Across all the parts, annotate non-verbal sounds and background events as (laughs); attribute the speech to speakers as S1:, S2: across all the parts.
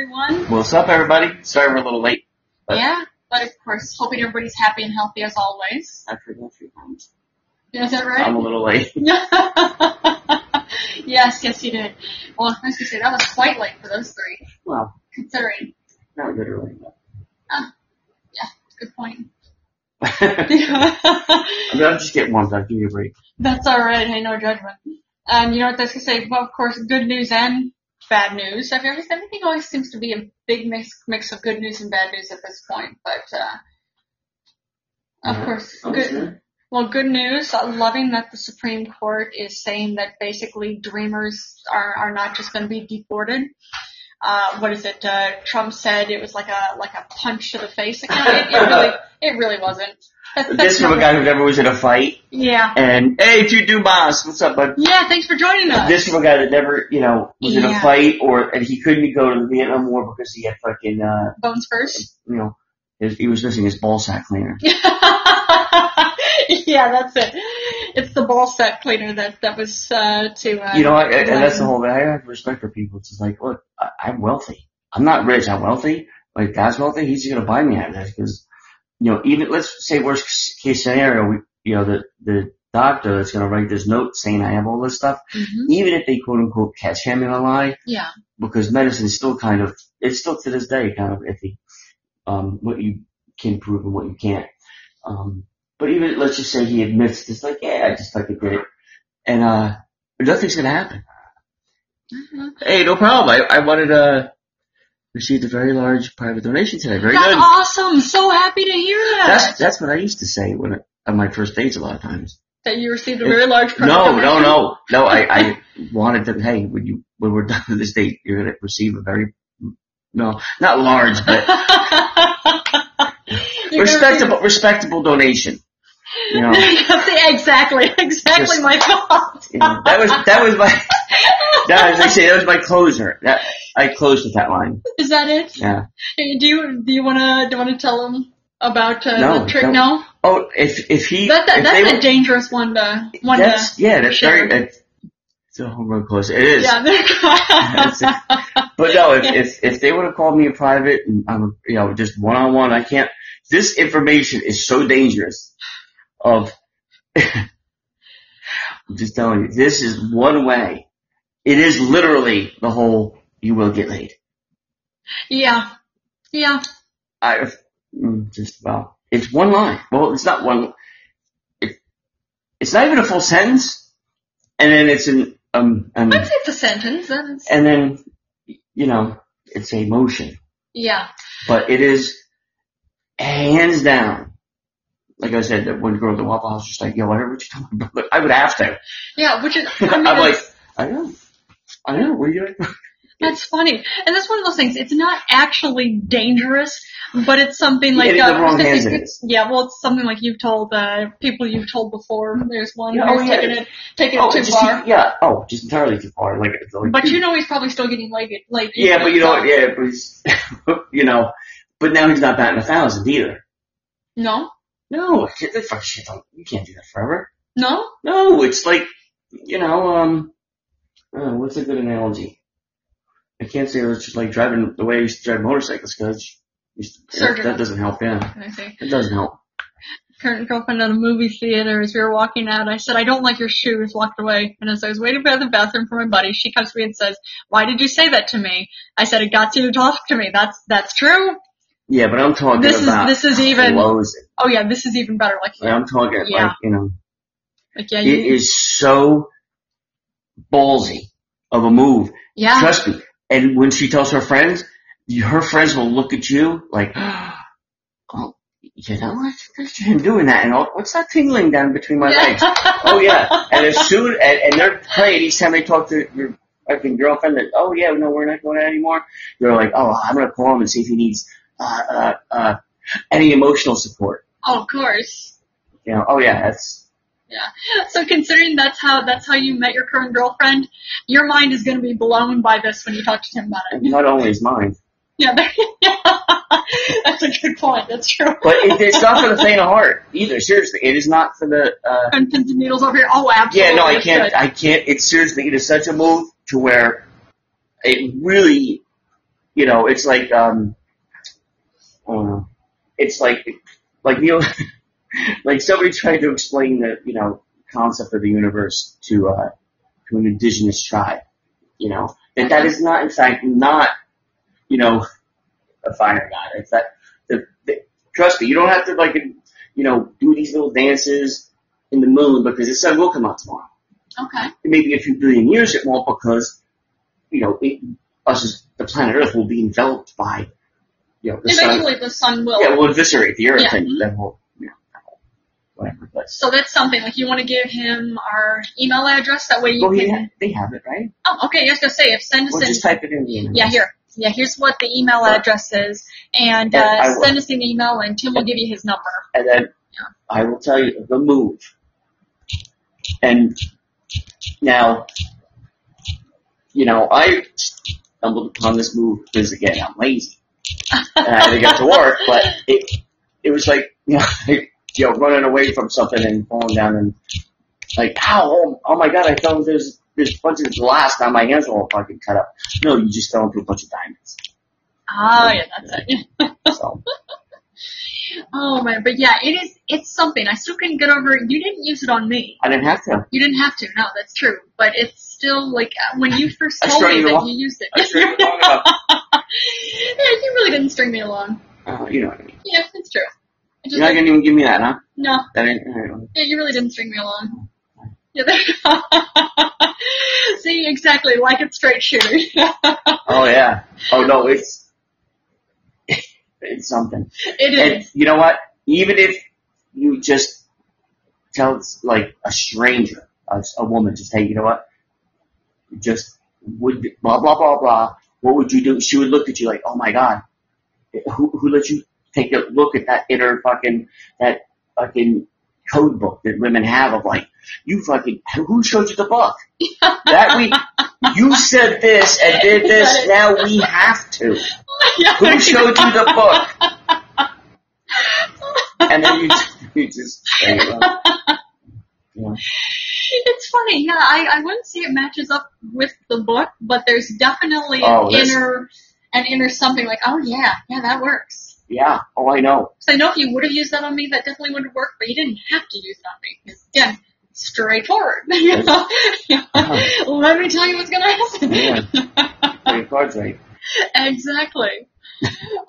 S1: everyone.
S2: What's up, everybody? Sorry we're a little late. But-
S1: Yeah, but of course, hoping everybody's happy and healthy as always.
S2: I forgot you.
S1: Is that
S2: I'm
S1: right?
S2: a little late.
S1: (laughs) yes, yes, you did. Well, I was gonna say that was quite late for those three,
S2: Well,
S1: considering.
S2: not literally. but-
S1: Good point. (laughs)
S2: I (laughs) mean, I'll just get one. I'll give you a break.
S1: That's all right. Hey, no judgment. Um, you know what I was gonna say? Well, of course, good news and bad news. I've noticed everything always seems to be a big mix mix of good news and bad news at this point. But uh, of
S2: Yeah.
S1: course, Oh, good. Well, good news. I'm loving that the Supreme Court is saying that basically Dreamers are are not just going to be deported. Uh, what is it? Uh, Trump said it was like a like a punch to the face. Like, no, it, it really it really wasn't. That's,
S2: (laughs) This from a guy who never was in a fight.
S1: Yeah.
S2: And hey, two Dumas, what's up, bud?
S1: Yeah. Thanks for joining us.
S2: This from a guy that never, you know, was in
S1: Yeah.
S2: a fight, or and he couldn't go to the Vietnam War because he had fucking, uh,
S1: Bones first. (laughs)
S2: you know, his, he was missing his ball sack cleaner.
S1: yeah, that's it. It's the ball set cleaner that that was uh, to. Uh,
S2: You know, I, I- and that's the whole. I have respect for people. It's just like, look, I, I'm wealthy. I'm not rich. I'm wealthy. Like God's wealthy. He's gonna buy me out of this because, you know, even let's say worst case scenario, we, you know, the the doctor that's gonna write this note saying I have all this stuff.
S1: Mhm.
S2: Even if they quote unquote catch him in a lie,
S1: Yeah.
S2: because medicine is still kind of, it's still to this day kind of iffy. Um, what you can prove and what you can't. Um, but even let's just say he admits, it's like, yeah, I just fucking did it, and uh, nothing's gonna happen.
S1: Mhm.
S2: Hey, no problem. I, I wanted uh received a very large private donation today. Very
S1: That's
S2: good.
S1: awesome. So happy to hear that.
S2: That's that's what I used to say when on my first dates a lot of times.
S1: that you received a very large private
S2: No, no,
S1: donation? (laughs)
S2: no, no. I I wanted to. Hey, when you when we're done with this date, you're gonna receive a very no, not large, but
S1: (laughs) You're gonna receive-
S2: respectable respectable donation. You
S1: (laughs)
S2: know,
S1: exactly, exactly
S2: Just-
S1: my thought.
S2: you know, that was that was my (laughs) that was actually that was my closer. That I closed with that line.
S1: Is that it?
S2: Yeah.
S1: Hey, Do you do you wanna do you wanna tell them about uh,
S2: No,
S1: the trick?
S2: don't.
S1: No,
S2: Oh, if if he
S1: that, that
S2: if they
S1: that's
S2: were-
S1: a dangerous one to one to.
S2: That's, yeah, that's
S1: share.
S2: very, it's it's a home run close. It is.
S1: Yeah,
S2: (laughs) That's it. But no, if, if, if they would have called me in private and I'm, you know, just one on one, I can't, this information is so dangerous of, (laughs) I'm just telling you, this is one way. It is literally the whole, you will get laid.
S1: (laughs) yeah, yeah.
S2: I, mm, just, well, it's one line. Well, it's not one, it, it's not even a full sentence. And then it's an, um, um,
S1: I'd say it's a sentence. That's,
S2: and then you know it's a motion,
S1: yeah,
S2: but it is hands down. Like I said, that one girl at the Waffle House just like, yo, whatever you come on, but I would have to.
S1: yeah. Which is I
S2: I'm
S1: mean,
S2: like,
S1: it's-
S2: (laughs) I know, I know. What are you doing?
S1: That's funny. And that's one of those things. It's not actually dangerous, but it's something
S2: You
S1: like uh,
S2: get it in the wrong hands,
S1: (laughs)
S2: it
S1: it's-
S2: is.
S1: yeah, well, it's something like you've told uh, people you've told before. There's one
S2: Yeah,
S1: who's
S2: oh, yeah.
S1: taking it taking
S2: Oh,
S1: it too
S2: just,
S1: far.
S2: yeah. Oh, just entirely too far. Like, it's like
S1: But you know he's probably still getting like like
S2: yeah, but you know, what, yeah, but he's, (laughs) you know, but now he's not batting a thousand either.
S1: No,
S2: No, shit, that fuck shit. Don't, you can't do that forever.
S1: no.
S2: No, it's like, you know, um, uh, what's a good analogy? I can't say it's just like driving the way I used to drive motorcycles because that,
S1: Surgical.
S2: that doesn't help. Yeah,
S1: Can I say?
S2: it doesn't help.
S1: Current girlfriend at a movie theater. As we were walking out, I said, "I don't like your shoes." Walked away, and as I was waiting by the bathroom for my buddy, she comes to me and says, "Why did you say that to me?" I said, "It got you to talk to me." That's that's true.
S2: Yeah, but I'm talking
S1: This is
S2: about
S1: this is even.
S2: lows.
S1: Oh yeah, this is even better. Like
S2: Like, I'm talking
S1: Yeah.
S2: like you know,
S1: Like yeah,
S2: it
S1: you,
S2: is so ballsy of a move.
S1: yeah,
S2: Trust me. And when she tells her friends, you- her friends will look at you like, (gasps) oh, you know what? That's him doing that. And all, what's that tingling down between my legs?
S1: (laughs)
S2: oh yeah. And as soon and, and they're afraid each time they talk to your fucking girlfriend that oh yeah no we're not going out anymore. You're like oh I'm gonna call him and see if he needs uh, uh, uh, any emotional support.
S1: Oh, of course.
S2: You know oh yeah that's
S1: So considering that's how that's how you met your current girlfriend, your mind is going to be blown by this when you talk to him about it.
S2: not only is mine
S1: Yeah, (laughs) that's a good point. That's true.
S2: but it, it's not for the faint of heart either. Seriously, it is not for the. Uh,
S1: And pins and needles over here. Oh, absolutely.
S2: yeah no I
S1: it's
S2: can't
S1: good.
S2: I can't. It's seriously it is such a move to where it really you know, it's like, um, I don't know. It's like, like Neil, like somebody tried to explain the, you know, concept of the universe to, uh, to an indigenous tribe, you know, that that is not, in fact, not, you know, a fire god. It's that, the, the, trust me, you don't have to like, you know, do these little dances in the moon because the sun will come out tomorrow.
S1: Okay.
S2: Maybe a few billion years it won't because, you know, it, us as the planet Earth will be enveloped by, you know, the sun.
S1: Eventually the sun will.
S2: Yeah, we'll eviscerate the Earth
S1: Yeah.
S2: and then we'll, you know, whatever. But,
S1: So that's something. Like you want to give him our email address. That way you
S2: well, he,
S1: can.
S2: ha- they have it, right?
S1: Oh, okay. I was gonna say if send us
S2: We'll
S1: an
S2: Oh, just type it in. the internet.
S1: Yeah, here. Yeah, here's what the email
S2: Right.
S1: address is, and
S2: Yeah, I
S1: uh,
S2: will.
S1: send us an email, and Tim will give you his number.
S2: And then
S1: Yeah.
S2: I will tell you the move. And now, you know, I stumbled upon this move because again, I'm lazy. And I had to get to work, (laughs) but it, it was like, (laughs) you know, like, you know, running away from something and falling down and like, ow, oh, oh my god, I fell into this, this bunch of glass, now my hands are all fucking cut up. No, you just fell into a bunch of diamonds.
S1: Oh, yeah, that's it.
S2: So,
S1: Oh man, but yeah, it is. It's something. I still couldn't get over. it. You didn't use it on me.
S2: I didn't have
S1: (laughs)
S2: to.
S1: You didn't have to. No, that's true. But it's still like uh, when you first
S2: I
S1: told
S2: strung
S1: me
S2: you
S1: that
S2: along.
S1: you used it.
S2: I strung you along enough.
S1: (laughs) yeah, you really didn't string me along.
S2: Uh, you know what I mean.
S1: Yeah, that's true. I just,
S2: You're not gonna even give me that, huh?
S1: no,
S2: That ain't, I don't-
S1: Yeah, you really didn't string me along. Yeah, there- (laughs) See, exactly, like it's straight shooter. (laughs)
S2: Oh yeah. Oh no, it's (laughs) it's something.
S1: it
S2: And
S1: is.
S2: you know what? Even if you just tell like a stranger, a, a woman, just hey, you know what? Just would blah blah blah blah. What would you do? She would look at you like, oh my god, who who let you take a look at that inner fucking that fucking code book that women have of like you fucking who showed you the book
S1: (laughs)
S2: that week you said this and did this now we have to
S1: (laughs) Yeah,
S2: who showed you the book? And then you, (laughs) you just say, well, you know,
S1: it's funny. Yeah, I, I wouldn't say it matches up with the book, but there's definitely
S2: Oh,
S1: an
S2: that's-
S1: inner, an inner something like, oh yeah, yeah, that works.
S2: yeah, oh, I know.
S1: So I know if you would have used that on me, that definitely would have worked, but you didn't have to use that on me. Because again, straightforward. (laughs) You know? Let me tell you what's gonna happen.
S2: Uh-huh. Yeah. Three cards right.
S1: (laughs) Exactly.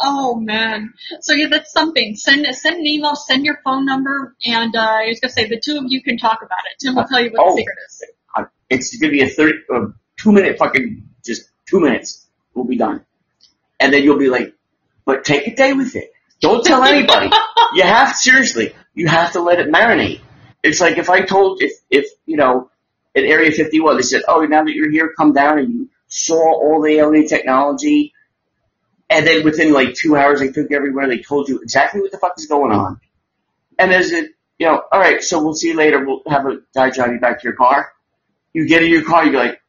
S1: oh man. So yeah, that's something. Send send an email, send your phone number, and uh, I was gonna say the two of you can talk about it. Tim will tell you what
S2: Oh.
S1: the secret is.
S2: Uh, It's gonna be a 30, uh, two minute fucking, just two minutes. We'll be done. And then you'll be like, but take a day with it. Don't
S1: (laughs)
S2: tell anybody. you have, seriously, you have to let it marinate. It's like if I told, if, if, you know, in Area 51, they said, oh, now that you're here, come down and you saw all the alien technology. And then within like two hours, they took you everywhere. They told you exactly what the fuck is going on. And there's a, you know, all right, so we'll see you later. We'll have a guy drive you back to your car. You get in your car, you're like,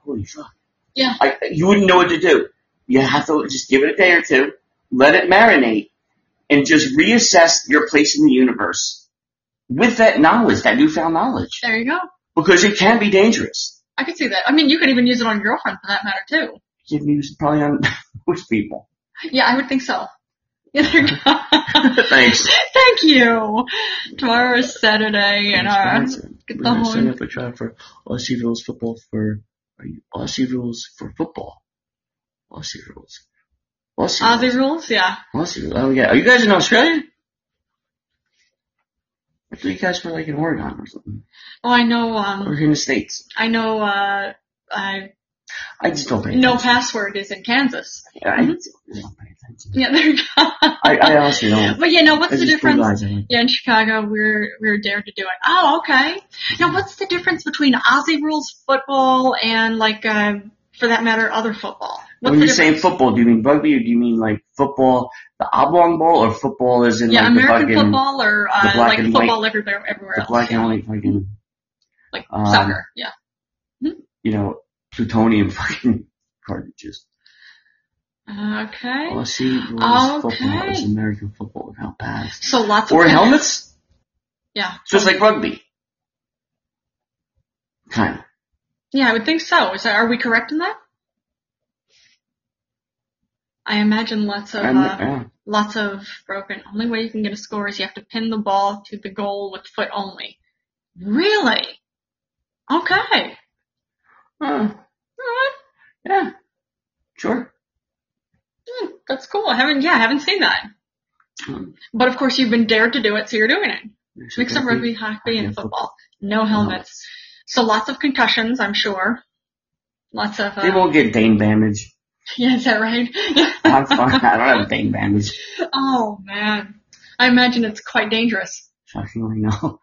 S2: holy fuck.
S1: Yeah.
S2: I, you wouldn't know what to do. You have to just give it a day or two, let it marinate, and just reassess your place in the universe with that knowledge, that newfound knowledge,
S1: There you go.
S2: because it can be dangerous.
S1: I could see that. I mean, you could even use it on your girlfriend for that matter too.
S2: You've used probably on (laughs) most people.
S1: Yeah, I would think so. (laughs) Yeah, there you go.
S2: Thanks.
S1: (laughs) Thank you. Tomorrow is Saturday, and uh, get the
S2: We're gonna set
S1: horn.
S2: up a trial for Aussie rules football for are you- Aussie rules for football. Aussie rules. Aussie.
S1: Aussie rules, yeah.
S2: Aussie rules. Oh yeah. Are you guys in Australia? I thought you guys were like in Oregon or something.
S1: Oh, I know. Um,
S2: We're in the states.
S1: I know. Uh, uh,
S2: I just don't pay
S1: no
S2: attention.
S1: password is in Kansas.
S2: No. I, I don't pay attention.
S1: Yeah, there you go. (laughs)
S2: I, I honestly don't.
S1: But yeah, no,
S2: I
S1: what's the
S2: just
S1: difference?
S2: realized I'm like,
S1: Yeah, in Chicago, we're we're dared to do it. Oh, okay. Now, what's the difference between Aussie rules football and like, um, for that matter, other football? What's
S2: when
S1: the
S2: you say football, do you mean rugby or do you mean like football, the oblong ball, or football is in
S1: yeah,
S2: like
S1: American
S2: the fucking
S1: football or uh,
S2: the black
S1: like
S2: and
S1: football everywhere, everywhere
S2: the
S1: else,
S2: black
S1: yeah.
S2: and white fucking
S1: like
S2: um,
S1: soccer. Yeah,
S2: you know, plutonium (laughs) fucking cartridges.
S1: okay.
S2: All I see was football is
S1: Okay.
S2: American football without pads.
S1: so lots of
S2: Or
S1: players.
S2: helmets?
S1: Yeah,
S2: Just like rugby. Kinda.
S1: yeah, I would think so. Is that, are we correct in that? I imagine lots of
S2: I'm-
S1: uh,
S2: yeah.
S1: lots of broken. Only way you can get a score is you have to pin the ball to the goal with foot only. Really? Okay. All right.
S2: Oh, yeah. Sure.
S1: Hmm, That's cool. I haven't, yeah, I haven't seen that.
S2: Hmm.
S1: But of course you've been dared to do it, so you're doing it. Mix up
S2: Should
S1: rugby, hockey,
S2: Yeah,
S1: and
S2: football.
S1: football. No helmets. So lots of concussions, I'm sure. Lots of,
S2: They
S1: uh,
S2: won't get Dane bandage.
S1: (laughs) yeah, (laughs) is that right? (laughs)
S2: I'm fine. I don't have Dane bandage.
S1: oh man. I imagine it's quite (laughs) dangerous.
S2: Shockingly, no.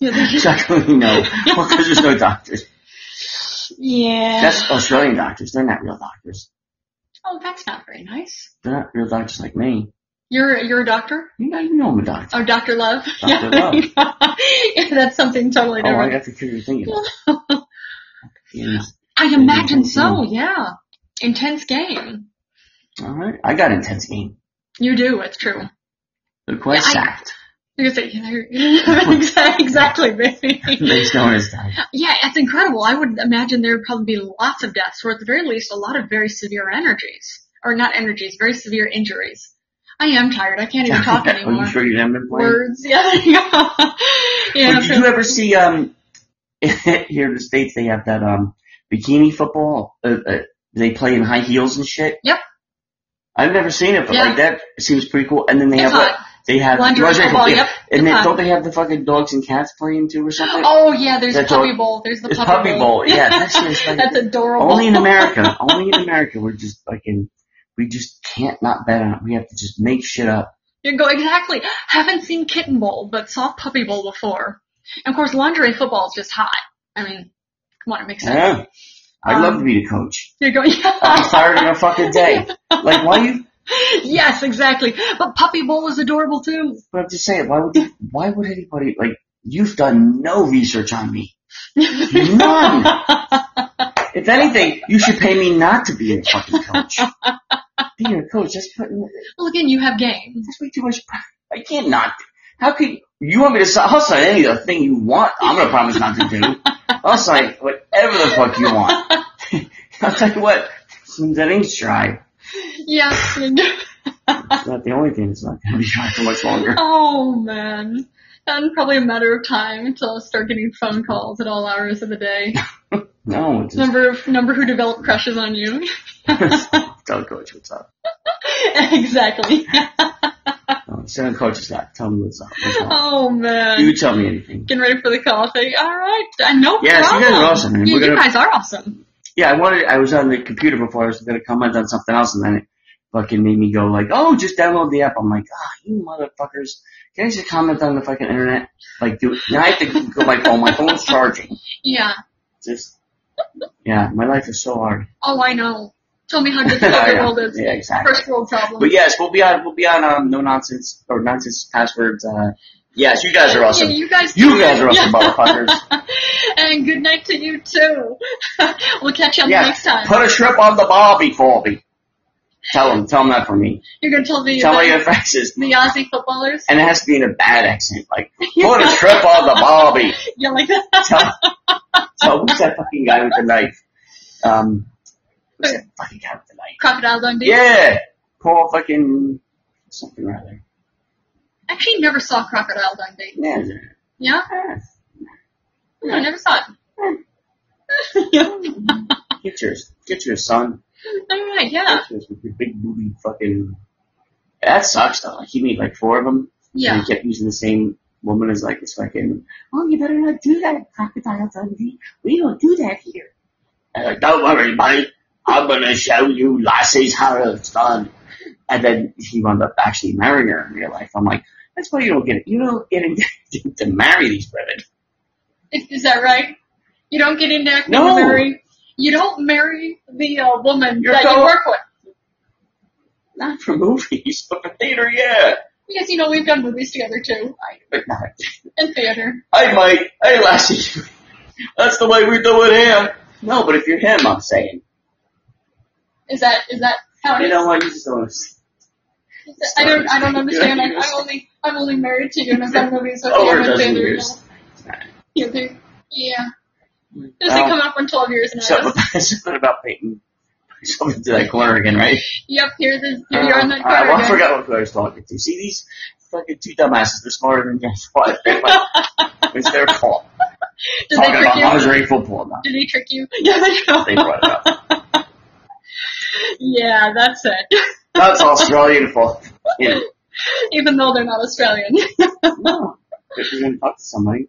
S1: yeah.
S2: Shockingly, no. Well, because there's no doctors. That's Australian doctors. They're not real doctors.
S1: oh, that's not very nice.
S2: They're not real doctors like me.
S1: You're, you're a doctor?
S2: You know, you know I'm a doctor.
S1: Oh, Dr. Love? (laughs)
S2: Dr.
S1: yeah, (laughs) that's something totally
S2: Oh, I
S1: different.
S2: got the cure you're thinking of.
S1: (laughs)
S2: Yes.
S1: I imagine so, yeah. Intense game.
S2: Alright. I got intense game.
S1: You do, it's true.
S2: They're quite
S1: Yeah, I-
S2: sacked.
S1: You're gonna say, yeah, (laughs) exactly, (laughs) baby.
S2: Based on his diet.
S1: Yeah, that's incredible. I would imagine there would probably be lots of deaths, or at the very least, a lot of very severe energies. Or not energies, very severe injuries. I am tired. I can't even talk
S2: (laughs) Are you
S1: anymore.
S2: sure you haven't been playing?
S1: Words, (laughs) yeah. yeah.
S2: But did you ever see um (laughs) here in the states they have that um bikini football? Uh, uh, they play in high heels and shit.
S1: Yep.
S2: I've never seen it, but
S1: Yeah.
S2: like that seems pretty cool. And then they
S1: It's
S2: have
S1: hot.
S2: like, they have
S1: Lingerie
S2: lingerie
S1: football,
S2: yeah.
S1: yep. It's
S2: And they
S1: hot.
S2: don't they have the fucking dogs and cats playing too or something?
S1: Oh yeah, there's the
S2: That's all-
S1: puppy bowl. There's the
S2: it's
S1: puppy,
S2: puppy bowl.
S1: (laughs)
S2: Yeah, that shit is fucking-
S1: that's adorable.
S2: Only in America. Only in America. We're just fucking. We just can't not bet on it. We have to just make shit up.
S1: (laughs) You go exactly. Haven't seen kitten bowl, but saw puppy bowl before. And of course, lingerie football is just hot. I mean, come on, it makes sense.
S2: Yeah. I'd love
S1: Um,
S2: to be the coach.
S1: You're (laughs) going.
S2: I'd be fired in a fucking day. Like, why you
S1: (laughs) yes, exactly. But puppy bowl is adorable too.
S2: But I'm just saying, why would why would anybody like you've done no research on me? None. If anything, you should pay me not to be a fucking coach. Being a coach, that's putting
S1: (laughs) well, again, you have game.
S2: that's way too much. pra- I can't not. How could you want me to si- I'll sign any other thing you want? I'm gonna promise not to do. I'll sign whatever the fuck you want. (laughs) I'll tell you what. That ain't tried.
S1: Yeah.
S2: It's not the only thing that's not gonna be tried for much longer.
S1: oh man. And probably a matter of time until I start getting phone calls at all hours of the day.
S2: (laughs) No, it's just
S1: Number number who developed crushes on you.
S2: tell coach what's up.
S1: (laughs) exactly.
S2: No, send a coach is not. Tell me what's up.
S1: (laughs)
S2: What's up?
S1: Oh man.
S2: You tell me anything.
S1: Getting ready for the call. I think, all right, uh, no
S2: Yes, you guys are
S1: problem.
S2: awesome, man.
S1: You,
S2: We're
S1: you
S2: gonna-
S1: guys are awesome.
S2: Yeah, I wanted. I was on the computer before. I was going to comment on something else, and then it fucking made me go like, "Oh, just download the app." I'm like, "Ah, you motherfuckers! Can I just comment on the fucking internet? Like, do now I have to go like, oh, my phone's charging.
S1: Yeah.
S2: Just yeah, my life is so hard.
S1: Oh, I know. Tell me how
S2: (laughs)
S1: difficult the
S2: yeah,
S1: world is.
S2: yeah, exactly.
S1: First world problem.
S2: But yes, we'll be on. We'll be on um, no nonsense or nonsense passwords. Uh, yes, you guys are
S1: Yeah,
S2: awesome.
S1: you guys.
S2: You
S1: do
S2: guys
S1: it. (laughs)
S2: are awesome, motherfuckers.
S1: and good night to you too. (laughs) we'll catch you on the
S2: Yeah,
S1: next time.
S2: put a strip on the Bobby Colby. Tell him. Tell him that for me.
S1: You're gonna tell me
S2: Tell me your
S1: the, uh,
S2: faces.
S1: the Aussie footballers.
S2: and it has to be in a bad accent, like
S1: (laughs)
S2: "Put a trip on the Bobby."
S1: Yeah, like that. (laughs)
S2: Tell, tell who's that fucking guy with the knife? Um, who's that fucking guy with the knife?
S1: Crocodile Dundee.
S2: Yeah, poor fucking something or other.
S1: Actually, never saw Crocodile Dundee.
S2: Yeah,
S1: Yeah.
S2: yeah.
S1: No, I never saw it.
S2: get yours, get your son,
S1: (laughs) All right. Yeah.
S2: get yours with your big booby fucking. That sucks though. Like he made like four of them,
S1: Yeah.
S2: and he kept using the same woman as like this fucking. Oh, you better not do that, crocodile Dundee. We don't do that here. And like, don't worry, buddy. I'm gonna show you Lassie's how it's done. And then he wound up actually marrying her in real life. I'm like, that's why you don't get you don't get engaged to marry these women.
S1: Is that right? You don't get into acting
S2: No.
S1: to marry. You don't marry the uh, woman
S2: You're
S1: that
S2: so-
S1: you work with.
S2: Not for movies, but for theater, yeah.
S1: Because you know we've done movies together too,
S2: But not.
S1: and theater.
S2: Hey, Mike. Hey, Lassie. That's the way we do it here. No, but if you're him, I'm saying.
S1: Is that is that how it
S2: You
S1: is?
S2: know what? You just don't. understand.
S1: I don't I don't understand. I,
S2: Yeah.
S1: I'm only I'm only married to you, and I've done movies with
S2: Over
S1: you and
S2: dozen
S1: theater.
S2: years.
S1: Yeah. they- yeah. Does
S2: Well,
S1: it come up on twelve years now?
S2: Something about, something about Peyton. Something to that corner again, right?
S1: Yep, here this here you are in that
S2: All right,
S1: corner.
S2: well, I
S1: again.
S2: forgot what I was talking to. See these fucking two dumbasses, they're smarter than guess what? They're (laughs) like, it's their fault.
S1: Did
S2: Talking
S1: they trick
S2: about
S1: you?
S2: lingerie football now.
S1: Did they trick you? (laughs) Yeah, they
S2: They brought it up.
S1: Yeah, that's it. (laughs)
S2: That's Australian fault. You know,
S1: Even though they're not Australian. (laughs)
S2: no. If you're gonna talk to somebody,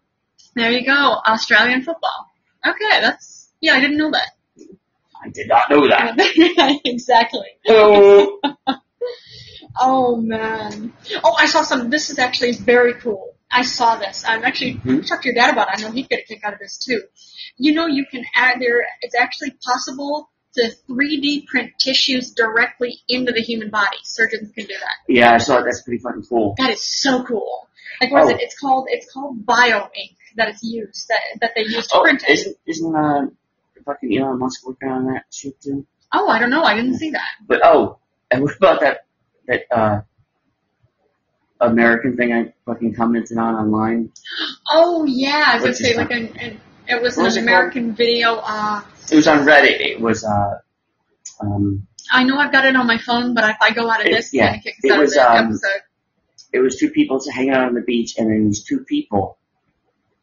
S1: There you go, Australian football. Okay, that's yeah, I didn't know that.
S2: I did not know that.
S1: (laughs) exactly.
S2: Oh,
S1: Oh man. Oh, I saw some. This is actually very cool. I saw this. I'm actually
S2: Mhm.
S1: talked to your dad about. it. I know he'd get a kick out of this too. You know, you can add there. It's actually possible to 3D print tissues directly into the human body. Surgeons can do that.
S2: yeah, I saw it. That's pretty fucking cool.
S1: That is so cool. Like what is
S2: Oh.
S1: it? It's called it's called bio ink that it's used that that they use to
S2: Oh,
S1: print it.
S2: isn't isn't uh fucking Elon Musk working on that shit too?
S1: Oh, I don't know. I didn't see that.
S2: But oh, and what about that that uh American thing I fucking commented on online?
S1: Oh yeah, I was gonna
S2: What's
S1: say
S2: this
S1: like an, an it was
S2: What was
S1: an
S2: it called?
S1: American video. Uh,
S2: It was on Reddit. It was uh um
S1: I know I've got it on my phone, but if I go out of
S2: It-
S1: this,
S2: yeah.
S1: it's gonna kick us
S2: It
S1: out
S2: was,
S1: of the
S2: um,
S1: episode.
S2: it was two people just hanging out on the beach and then these two people,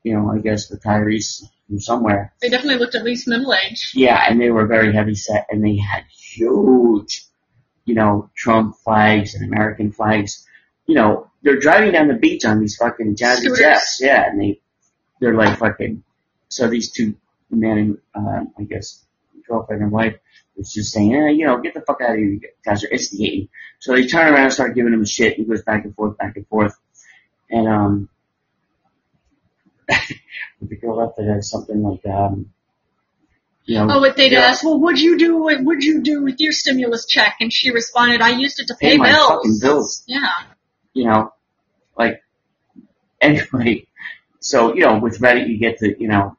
S2: you know, I guess retirees from somewhere.
S1: They definitely looked at least middle aged.
S2: Yeah, and they were very heavy set and they had huge, you know, Trump flags and American flags. You know, they're driving down the beach on these fucking Jazzy
S1: Scooters.
S2: Jets. Yeah, and they, they're like fucking, so these two men and, uh, I guess, girlfriend and wife was just saying, eh, you know, get the fuck out of here, you guys are instigating. So they turn around and start giving him shit. He goes back and forth, back and forth. And, um, (laughs) the girl up there has something like, um, you know,
S1: Oh, what they'd
S2: Um, Yeah.
S1: ask, well, what'd you do? What would you do with your stimulus check? And she responded, I used it to pay,
S2: pay my
S1: bills.
S2: fucking bills.
S1: Yeah.
S2: you know, like (laughs) anyway. So you know, with Reddit, you get the you know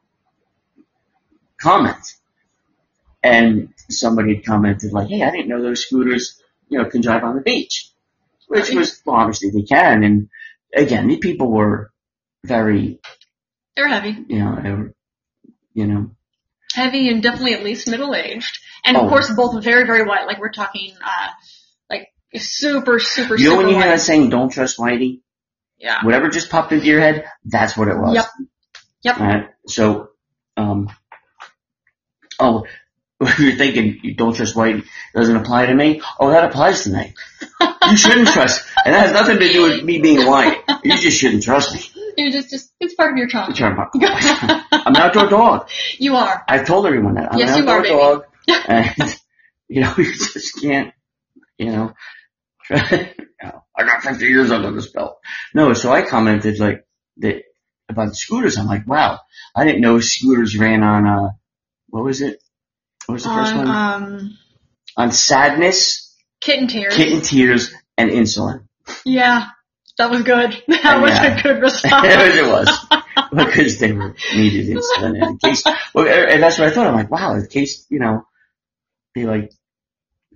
S2: comments, and somebody had commented like, "Hey, I didn't know those scooters, you know, can drive on the beach," which was well, obviously they can. And again, these people were very,
S1: They're heavy.
S2: you know, they were, you know,
S1: Heavy and definitely at least middle aged. And
S2: Oh.
S1: of course both very, very white. Like we're talking uh like super, super,
S2: you know
S1: super
S2: when you hear
S1: white.
S2: that saying, "Don't trust Whitey,"
S1: yeah.
S2: whatever just popped into your head, that's what it was.
S1: Yep. Yep.
S2: Alright, so, um, oh, (laughs) you're thinking you don't trust white doesn't apply to me. Oh, that applies to me. You shouldn't trust, and that has nothing to do with me being white. You just shouldn't trust me.
S1: You're just just it's part of your trauma.
S2: Turn my-
S1: (laughs)
S2: I'm an outdoor dog.
S1: You are.
S2: I've told everyone that I'm
S1: Yes,
S2: an
S1: you are,
S2: outdoor
S1: baby. (laughs)
S2: dog, and you know (laughs) you just can't, you know. (laughs) I got 50 years under this belt. No, so I commented like that about scooters. I'm like, wow, I didn't know scooters ran on uh, what was it? What was the first
S1: On
S2: one?
S1: um
S2: on sadness,
S1: kitten tears.
S2: kitten tears, and insulin.
S1: Yeah. That was good. (laughs) That
S2: Yeah.
S1: was a good response. (laughs)
S2: (laughs) it was because they were needed insulin in case. Well, and and that's what I thought. I'm like, wow, in case you know, be like,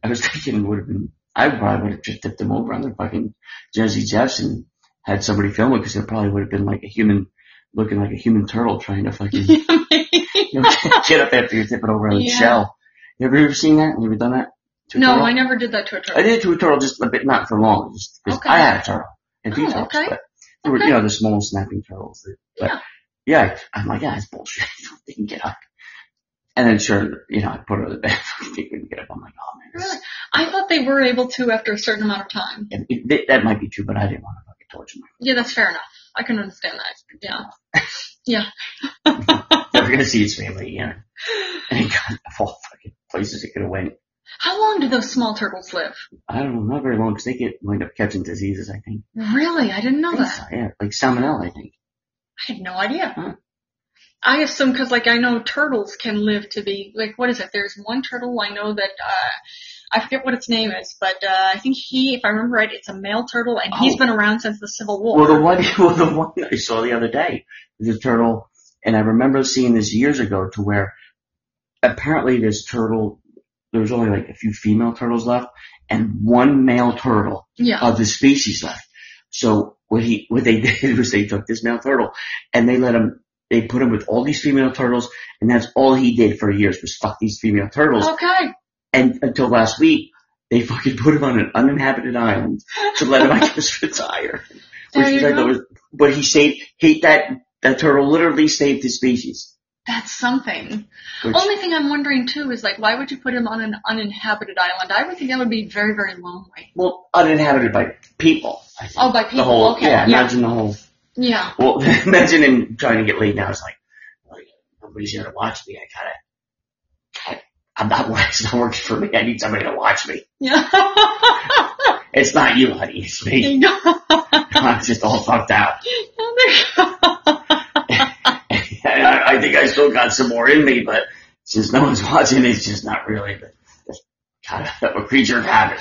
S2: I was thinking it would have been. I probably would have just tipped them over on their fucking Jersey Jeffs and had somebody film it because it probably would have been like a human, looking like a human turtle trying to fucking you know,
S1: (laughs)
S2: get up after you tip it over on the
S1: Yeah.
S2: shell. You ever, you ever seen that? You ever done that? To a
S1: no,
S2: turtle?
S1: I never did that to a
S2: I
S1: turtle.
S2: did it to a turtle just a bit, not for long, just because
S1: Okay.
S2: I had a turtle and two
S1: Oh,
S2: turtles,
S1: okay.
S2: but they were, you know, the small snapping turtles. That, but yeah. I'm like, yeah, it's bullshit. (laughs) they can get up. And then sure, you know, I put her to the (laughs) bed. they couldn't get up. I'm like, oh man,
S1: Really? I thought they were able to after a certain amount of time.
S2: this- it- it- that might be true, but I didn't want to fucking torture my
S1: Yeah, that's fair enough. I can understand that. Yeah.
S2: They're going to see his family again. And God, of all fucking places it could have went.
S1: How long do those small turtles live?
S2: I don't know, not very long because they get wind up catching diseases, I think.
S1: Really? I didn't know
S2: I think
S1: that.
S2: so, yeah, like salmonella, I think.
S1: I had no idea.
S2: Hmm.
S1: I assume because like I know turtles can live to be like what is it? There's one turtle I know that uh I forget what its name is, but uh I think he, if I remember right, it's a male turtle and he's
S2: Oh.
S1: been around since the Civil War.
S2: Well, the one, (laughs) well, the one I saw the other day, the turtle, and I remember seeing this years ago to where apparently this turtle, there was only like a few female turtles left and one male turtle
S1: yeah.
S2: of the species left. So what he, what they (laughs) did was they took this male turtle and they let him, they
S1: Oh.
S2: put him with all these female turtles and that's all he did for years was fuck these female turtles
S1: Okay.
S2: And until last week, they fucking put him on an uninhabited island to let him, I guess, (laughs) retire.
S1: There
S2: Which
S1: you
S2: I
S1: go.
S2: thought was, but he saved, he, that, that turtle literally saved his species.
S1: That's something.
S2: Which,
S1: Only thing I'm wondering too is like, why would you put him on an uninhabited island? I would think that would be very, very lonely.
S2: well, uninhabited by people. I think.
S1: Oh, by people.
S2: The whole,
S1: okay. yeah.
S2: yeah, imagine the whole,
S1: Yeah.
S2: well, (laughs) imagine him trying to get laid now. It's like, like, nobody's gonna watch me. I gotta, I, I'm not, (laughs) it's not working for me. I need somebody to watch me. (laughs)
S1: Yeah.
S2: It's not you, honey. It's me.
S1: (laughs) There you go.
S2: I'm just all fucked out.
S1: There you go.
S2: And I, I think I still got some more in me, but since no one's (laughs) watching, it's just not really the, the kind of (laughs) a creature of habit.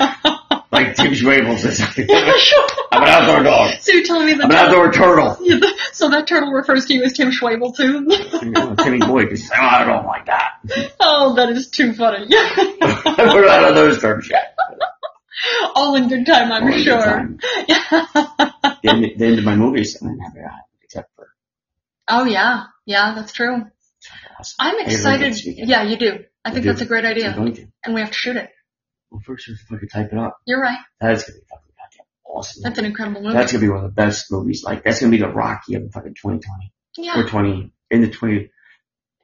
S2: Like Tim Schwabel says, I'm an outdoor dog.
S1: so you're telling me
S2: I'm an
S1: that
S2: outdoor turtle.
S1: yeah, the- so that turtle refers to you as Tim Schwabel too? (laughs)
S2: You know, Timmy Boyd, he's like, oh, I don't like that. (laughs)
S1: oh, that is too funny. (laughs)
S2: We're out of those terms yet.
S1: All in good time, I'm
S2: All in good
S1: sure. (laughs)
S2: time. The end, the end of my movies, I didn't have it except for
S1: oh yeah, yeah, that's true. I'm
S2: Hey,
S1: excited.
S2: Lincoln, speaking.
S1: Yeah, you do. I
S2: You
S1: think
S2: do.
S1: that's a great
S2: I'm
S1: idea,
S2: going to.
S1: and we have to shoot it.
S2: Well, first we have to fucking type it up.
S1: You're right.
S2: That's gonna be fucking goddamn awesome.
S1: That's an incredible movie.
S2: That's gonna be one of the best movies. Like, that's gonna be the Rocky of fucking 2020.
S1: yeah.
S2: or 20, in the 20,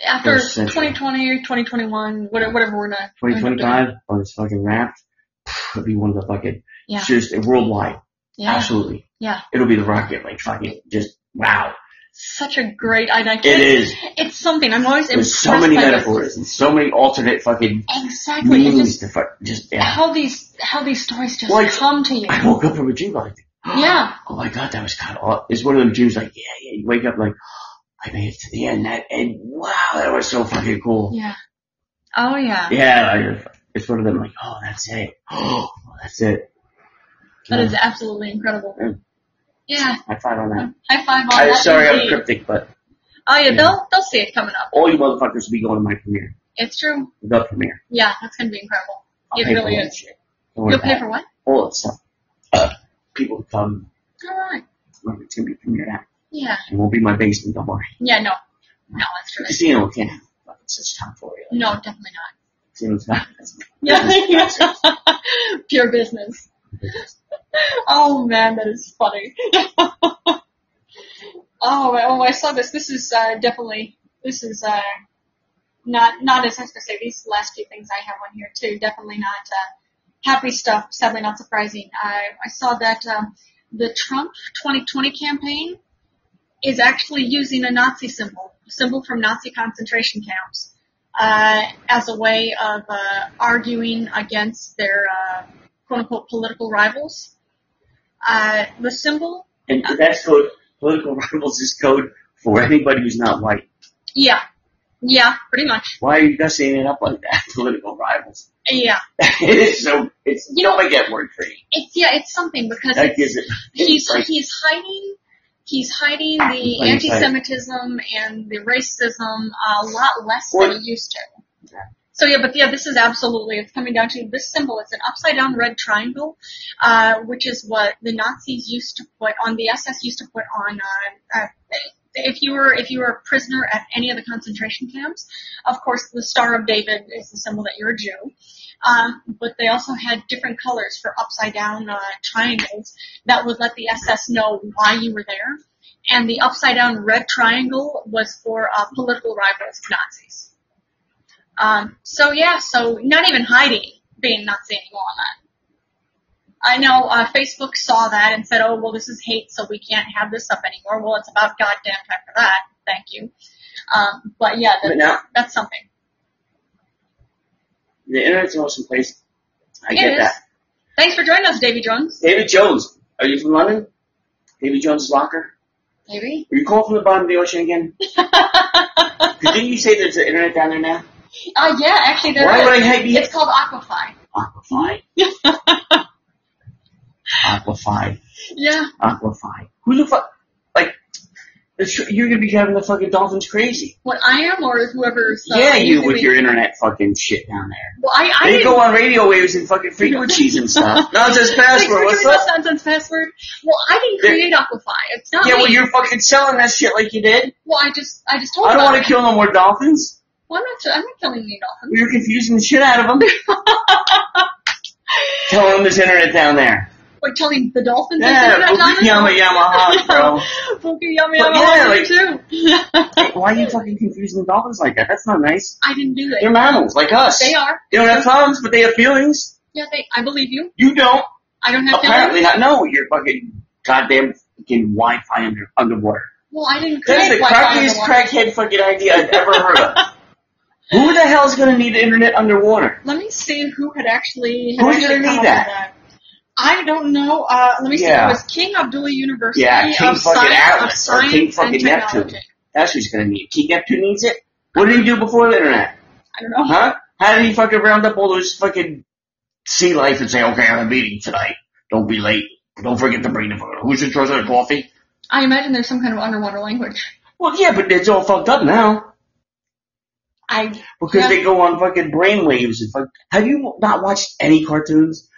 S1: After
S2: first century.
S1: 2020, 2021, whatever, whatever we're not.
S2: 2025, on this fucking rap, (sighs) it'll be one of the fucking,
S1: Yeah.
S2: just worldwide,
S1: Yeah.
S2: absolutely.
S1: Yeah.
S2: It'll be the rocket, like fucking, just, wow.
S1: Such a great idea. I
S2: It
S1: can't
S2: is.
S1: It's something. I'm always
S2: There's
S1: impressed
S2: so many
S1: by this.
S2: metaphors and so many alternate fucking
S1: Exactly. It
S2: meanings
S1: just Oh,
S2: to fuck, just, yeah.
S1: how these how these stories just
S2: Like-
S1: come to you.
S2: I woke up from a dream like,
S1: Yeah.
S2: oh my god, that was kind of odd. It's one of those dreams like, yeah, yeah, you wake up like, (gasps) I made it to the end, that, and wow, that was so fucking cool.
S1: Yeah. Oh yeah.
S2: Yeah, I, it's one of them like, oh, that's it. (gasps) Oh, that's it.
S1: That is absolutely incredible.
S2: Yeah.
S1: Yeah.
S2: I thought on that.
S1: High five on
S2: I,
S1: that.
S2: sorry, I'm
S1: indeed.
S2: cryptic, but
S1: Oh yeah,
S2: Yeah.
S1: they'll they'll see it coming up.
S2: all you motherfuckers will be going to my premiere.
S1: It's true.
S2: The premiere.
S1: Yeah, that's gonna be incredible.
S2: I'll
S1: it
S2: pay
S1: really
S2: for all
S1: is.
S2: that shit. Don't worry
S1: You'll
S2: about
S1: pay
S2: it.
S1: for what?
S2: all that stuff. Uh, people will come.
S1: All right.
S2: when It's gonna be premiered out.
S1: Yeah.
S2: It won't be my basement. Don't worry.
S1: Yeah. No. No, that's true.
S2: Casino can't have fucking such time for you.
S1: No, definitely not.
S2: Casino's not.
S1: Yeah. (laughs) Pure business. Oh man, that is funny. (laughs) oh, oh, I saw this. This is uh, definitely this is uh, not not as I was gonna say. These last few things I have on here too. Definitely not uh, happy stuff. Sadly, not surprising. I I saw that um, the Trump 2020 campaign is actually using a Nazi symbol, a symbol from Nazi concentration camps, uh, as a way of uh, arguing against their uh, quote unquote political rivals. Uh, the symbol,
S2: and that's code. Political (laughs) rivals is code for anybody who's not white.
S1: yeah, yeah, pretty much,
S2: Why are you guys saying it up like that? (laughs) Political rivals. (laughs)
S1: yeah.
S2: it is so. It's
S1: You
S2: you
S1: know-
S2: don't make that word for you.
S1: It's yeah, it's something because
S2: That
S1: it's,
S2: gives it.
S1: he's
S2: it's like-
S1: he's hiding. He's hiding
S2: He's
S1: the
S2: hiding-
S1: anti-Semitism and the racism a lot less
S2: Or-
S1: than he used to.
S2: Yeah.
S1: So yeah, but yeah, this is absolutely, it's coming down to this symbol. It's an upside down red triangle, uh, which is what the Nazis used to put on, the SS used to put on, uh, uh, if you were, if you were a prisoner at any of the concentration camps, of course the Star of David is the symbol that you're a Jew. Um, but they also had different colors for upside down, uh, triangles that would let the SS know why you were there. And the upside down red triangle was for, uh, political rivals, Nazis. Um, so yeah, so not even hiding being Nazi anymore on that. I know uh, Facebook saw that and said, "Oh well, this is hate, so we can't have this up anymore." Well, it's about goddamn time for that. Thank you. Um, but yeah,
S2: But
S1: that,
S2: now
S1: that's something.
S2: the internet's an awesome place. I
S1: It
S2: get
S1: is.
S2: that.
S1: Thanks for joining us, Davy Jones.
S2: David Jones, are you from London? David Jones' locker.
S1: Davy.
S2: Are you calling from the bottom of the ocean
S1: (laughs)
S2: again? Didn't you say there's an internet down there now?
S1: Uh, yeah, actually, there
S2: Why
S1: is.
S2: would I hate you? Ah,
S1: It's called Aquify.
S2: Aquafy. Aquafy.
S1: (laughs) Yeah.
S2: Aquafy. Who the fuck? Like, it's- you're gonna be driving the fucking dolphins crazy.
S1: What I am, or whoever. So
S2: yeah, you
S1: using
S2: with
S1: me-
S2: your internet fucking shit down there.
S1: Well, I, I
S2: They
S1: didn't
S2: go on radio waves and fucking frequencies and (laughs) stuff. No, it's just
S1: Thanks for
S2: password.
S1: doing
S2: What's
S1: this
S2: up?
S1: nonsense password. Well, I didn't
S2: There-
S1: create Aquify. It's not
S2: Yeah,
S1: me.
S2: well, you're fucking selling that shit like you did.
S1: Well, I just, I just told
S2: I don't
S1: about
S2: want to
S1: it.
S2: kill no more dolphins.
S1: Well, I'm not, I'm not killing you, Dolphin.
S2: You're confusing the shit out of them. Tell them there's internet down there.
S1: Like telling the dolphins
S2: Yeah,
S1: that
S2: Okuyama Yamaha, bro.
S1: (laughs) yummy,
S2: But
S1: yummy,
S2: yeah,
S1: yummy
S2: like-
S1: too. (laughs)
S2: Why are you fucking confusing dolphins like that? That's not nice.
S1: I didn't do that.
S2: They're mammals, like us.
S1: They are.
S2: They don't have thumbs, but they have feelings.
S1: Yeah, they, I believe you.
S2: You don't.
S1: I don't have
S2: Apparently
S1: to.
S2: not. No, you're fucking goddamn fucking Wi-Fi under, underwater.
S1: Well, I didn't
S2: That's
S1: create
S2: the
S1: Wi-Fi in the
S2: crappiest
S1: water.
S2: crackhead fucking idea I've ever heard of. Who the hell's gonna need internet underwater?
S1: Let me see who had actually. Had
S2: Who's
S1: actually
S2: gonna
S1: come up
S2: need
S1: with
S2: that?
S1: I don't know. Uh, let me see.
S2: Yeah.
S1: It was King Abdullah University
S2: Yeah, King
S1: of,
S2: fucking
S1: science, of
S2: Atlas or
S1: Science
S2: King
S1: and
S2: fucking
S1: Technology.
S2: Neptune. That's who's gonna need it. King Neptune needs it? What did he do before the internet?
S1: I don't know.
S2: Huh? How did he fucking round up all those fucking sea life and say, okay, I have a meeting tonight. Don't be late. Don't forget to bring the photo. Who's in charge of the coffee?
S1: I imagine there's some kind of underwater language.
S2: Well, yeah, but it's all fucked up now.
S1: I
S2: Because
S1: Yeah.
S2: they go on fucking brainwaves and fuck. Have you not watched any cartoons?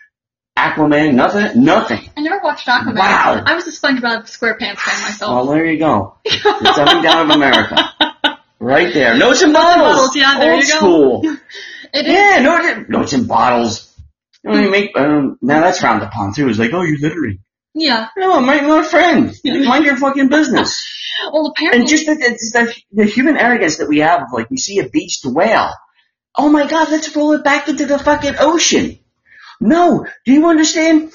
S2: Aquaman? Nothing? Nothing.
S1: I never watched Aquaman.
S2: Wow.
S1: I was a SpongeBob SquarePants fan myself.
S2: Well, there
S1: (laughs)
S2: you go. The dumbing down of America. Right there. Notes and bottles.
S1: bottles, yeah, there
S2: Old
S1: you go.
S2: school.
S1: (laughs) It is.
S2: Yeah, notes, notes and bottles. You know, they make,
S1: Hmm.
S2: um, now that's frowned upon too. It's like, oh, you're littering.
S1: Yeah.
S2: No, mind your friend.
S1: (laughs)
S2: Mind your fucking business.
S1: Well, apparently.
S2: And just the, the, the human arrogance that we have of like, we see a beached whale. Oh my god, let's roll it back into the fucking ocean. No, do you understand?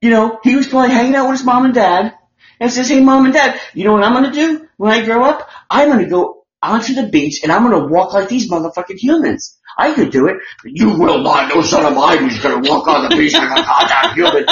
S2: You know, he was probably hanging out with his mom and dad and says, hey mom and dad, you know what I'm gonna do when I grow up? I'm gonna go onto the beach and I'm gonna walk like these motherfucking humans. I could do it. You will not. No son of mine who's gonna walk on the beach like a goddamn human.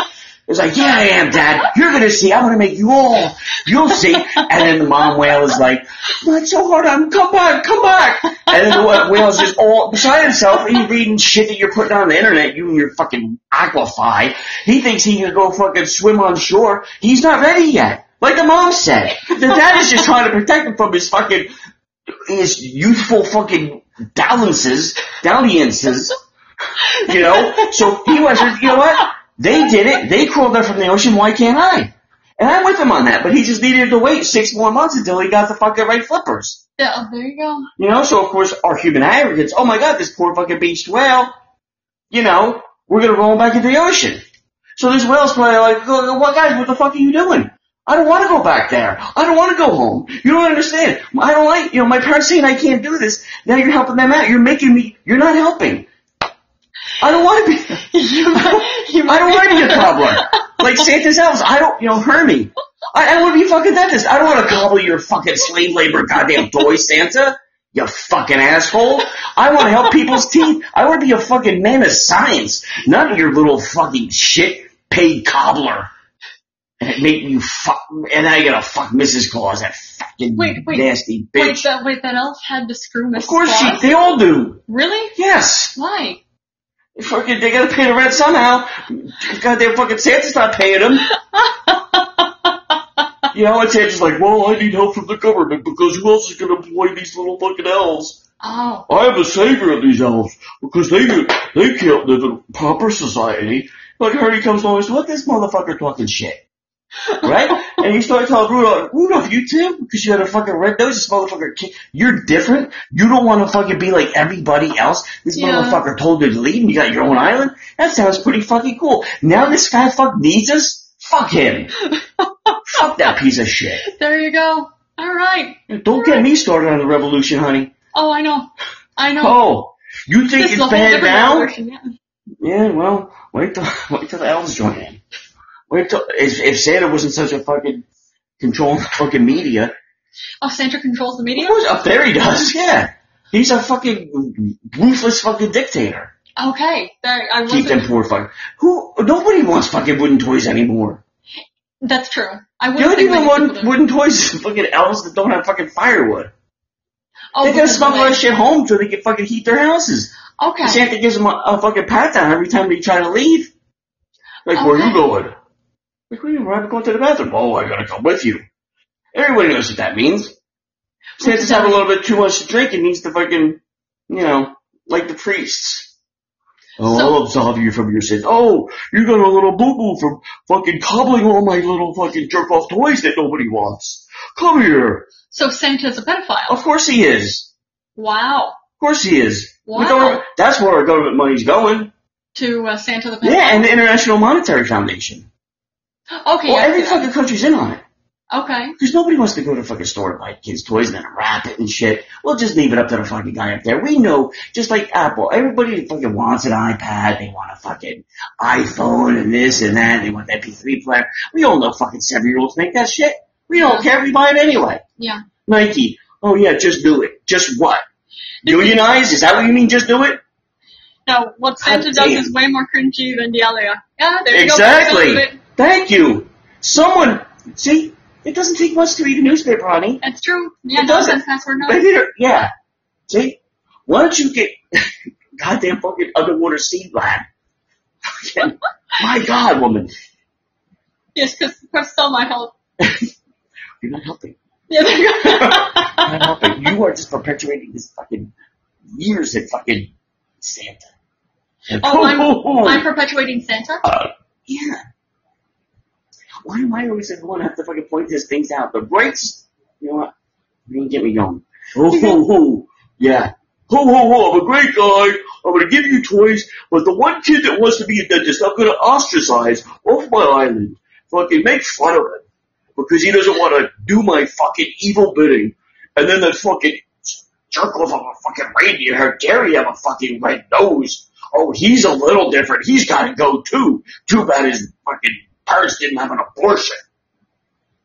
S2: It's like, yeah, I am, Dad. You're gonna see. I'm gonna make you all. You'll see. And then the mom whale is like, not so hard. I'm come back, come back. And then the wha- whale is just all beside himself. He's reading shit that you're putting on the internet. You and your fucking aquafy. He thinks he can go fucking swim on shore. He's not ready yet. Like the mom said, the dad is just trying to protect him from his fucking his youthful fucking dalliances, dalliances, you know? So he was, you know what? They did it. They crawled up from the ocean. Why can't I? And I'm with him on that, but he just needed to wait six more months until he got the fucking right flippers.
S1: yeah, oh, there you
S2: (laughs)
S1: go.
S2: You know, so of course our human arrogance, oh my god, this poor fucking beached whale, you know, we're gonna roll him back into the ocean. So this whale's probably like, "Go- what guys, what the fuck are you doing? I don't want to go back there. I don't want to go home. You don't understand. I don't like, you know, my parents saying I can't do this. Now you're helping them out. You're making me, you're not helping. I don't want to be, (laughs)
S1: (laughs)
S2: I don't want to be a cobbler. Like Santa's elves, I don't, you know, Hermie. I, I want to be a fucking dentist. I don't want to cobble your fucking slave labor goddamn toy, Santa. You fucking asshole. I want to help people's teeth. I want to be a fucking man of science, not your little fucking shit paid cobbler. And it make you fuck, and I gotta fuck Mrs. Claus, that fucking
S1: Wait, wait.
S2: nasty (laughs) bitch.
S1: Wait, that, wait, that elf had to screw Mrs.
S2: of course
S1: Claus?
S2: she, they all do.
S1: Really?
S2: Yes.
S1: Why?
S2: Fucking, they gotta pay the rent somehow. Goddamn fucking Santa's not paying them. you know, and Santa's like, well, I need help from the government because who else is gonna employ these little fucking elves?
S1: Oh.
S2: I am the savior of these elves because they they can't live in proper society. Like Harry comes along and says, what this motherfucker talking shit? Right?
S1: (laughs)
S2: and you start telling Rudolph, Rudolph, you too? Because you had a fucking red nose, this motherfucker, ki- you're different. You don't want to fucking be like everybody else. This
S1: Yeah.
S2: motherfucker told you to leave and you got your own island? That sounds pretty fucking cool. Now this guy fuck needs us?
S1: (laughs)
S2: Fuck him. fuck that piece of shit.
S1: There you go. All right.
S2: Don't get me started on the revolution, honey.
S1: Oh, I know. I know.
S2: Oh, you think
S1: This is a
S2: it's
S1: whole
S2: bad
S1: different
S2: now?
S1: version, yeah.
S2: Yeah, well, wait till (laughs) wait till the elves join in. Wait till if if Santa wasn't such a fucking controlling the fucking media.
S1: Oh, Santa controls the
S2: He
S1: media?
S2: was up there. He does. Yeah, he's a fucking ruthless fucking dictator.
S1: Okay. There, I
S2: Keep
S1: wasn't,
S2: them poor fuck. Who? Nobody wants fucking wooden toys anymore.
S1: that's true. I
S2: The
S1: wouldn't
S2: only
S1: think
S2: people
S1: many people
S2: want
S1: do.
S2: wooden toys is fucking elves that don't have fucking firewood.
S1: Oh,
S2: they gotta
S1: because of
S2: smuggle
S1: the
S2: that shit home so they can fucking heat their houses.
S1: way- Okay.
S2: Santa gives them a, a fucking pat down every time they try to leave. Like, where are you
S1: Okay.
S2: going? Like, where are you? I'm going to the bathroom. Oh, I gotta come with you. Everybody knows what that means. Santa's having a little bit too much to drink and needs to fucking, you know, like the priests. Oh,
S1: So-
S2: I'll absolve you from your sins. Oh, you got a little boo-boo from fucking cobbling all my little fucking jerk-off toys that nobody wants. Come here.
S1: So Santa's a pedophile.
S2: Of course he is.
S1: Wow.
S2: Of course he is. We
S1: Wow.
S2: don't, that's where our government money's going.
S1: to uh, Santa the Panda.
S2: Yeah, and the International Monetary Foundation.
S1: Okay.
S2: Well,
S1: yeah,
S2: every
S1: yeah.
S2: fucking country's in on it.
S1: okay.
S2: Because nobody wants to go to a fucking store to buy kids' toys and then wrap it and shit. We'll just leave it up to the fucking guy up there. We know, just like Apple, everybody fucking wants an iPad, they want a fucking iPhone and this and that, they want an MP3 player. We all know fucking seven year olds make that shit. We don't care, we buy it anyway.
S1: Yeah.
S2: Nike, oh yeah, just do it. Just what? Unionize? Is that what you mean, just do it?
S1: No, what Santa
S2: God
S1: does
S2: damn.
S1: is way more cringy than Dahlia. Yeah, there you go.
S2: Exactly.
S1: That's it.
S2: Thank you. Someone, see, it doesn't take much to read a newspaper,
S1: (laughs)
S2: honey.
S1: That's true. Yeah,
S2: It
S1: no
S2: doesn't.
S1: sense password. No.
S2: They did it. Yeah. See, why don't you get (laughs) goddamn fucking underwater sea lab? Fucking- My God, woman,
S1: Yes, because because still my help.
S2: you're not helping.
S1: Yeah, there you
S2: (laughs) You're not
S1: go.
S2: helping. You are just perpetuating this fucking years at fucking Santa.
S1: Oh, I'm, I'm perpetuating Santa.
S2: Uh, yeah. Why am I always the one who have to fucking point these things out? The greats, you know what? You didn't get me going. Ho ho ho. Yeah. Ho ho ho, I'm a great guy. I'm gonna give you toys, but the one kid that wants to be a dentist, I'm gonna ostracize off my island. Fucking make fun of him. Because he doesn't wanna do my fucking evil bidding. And then that fucking jerk off of a fucking reindeer, how dare he have a fucking red nose? Oh, he's a little different. He's gotta go too. Too bad his fucking parents didn't have an abortion.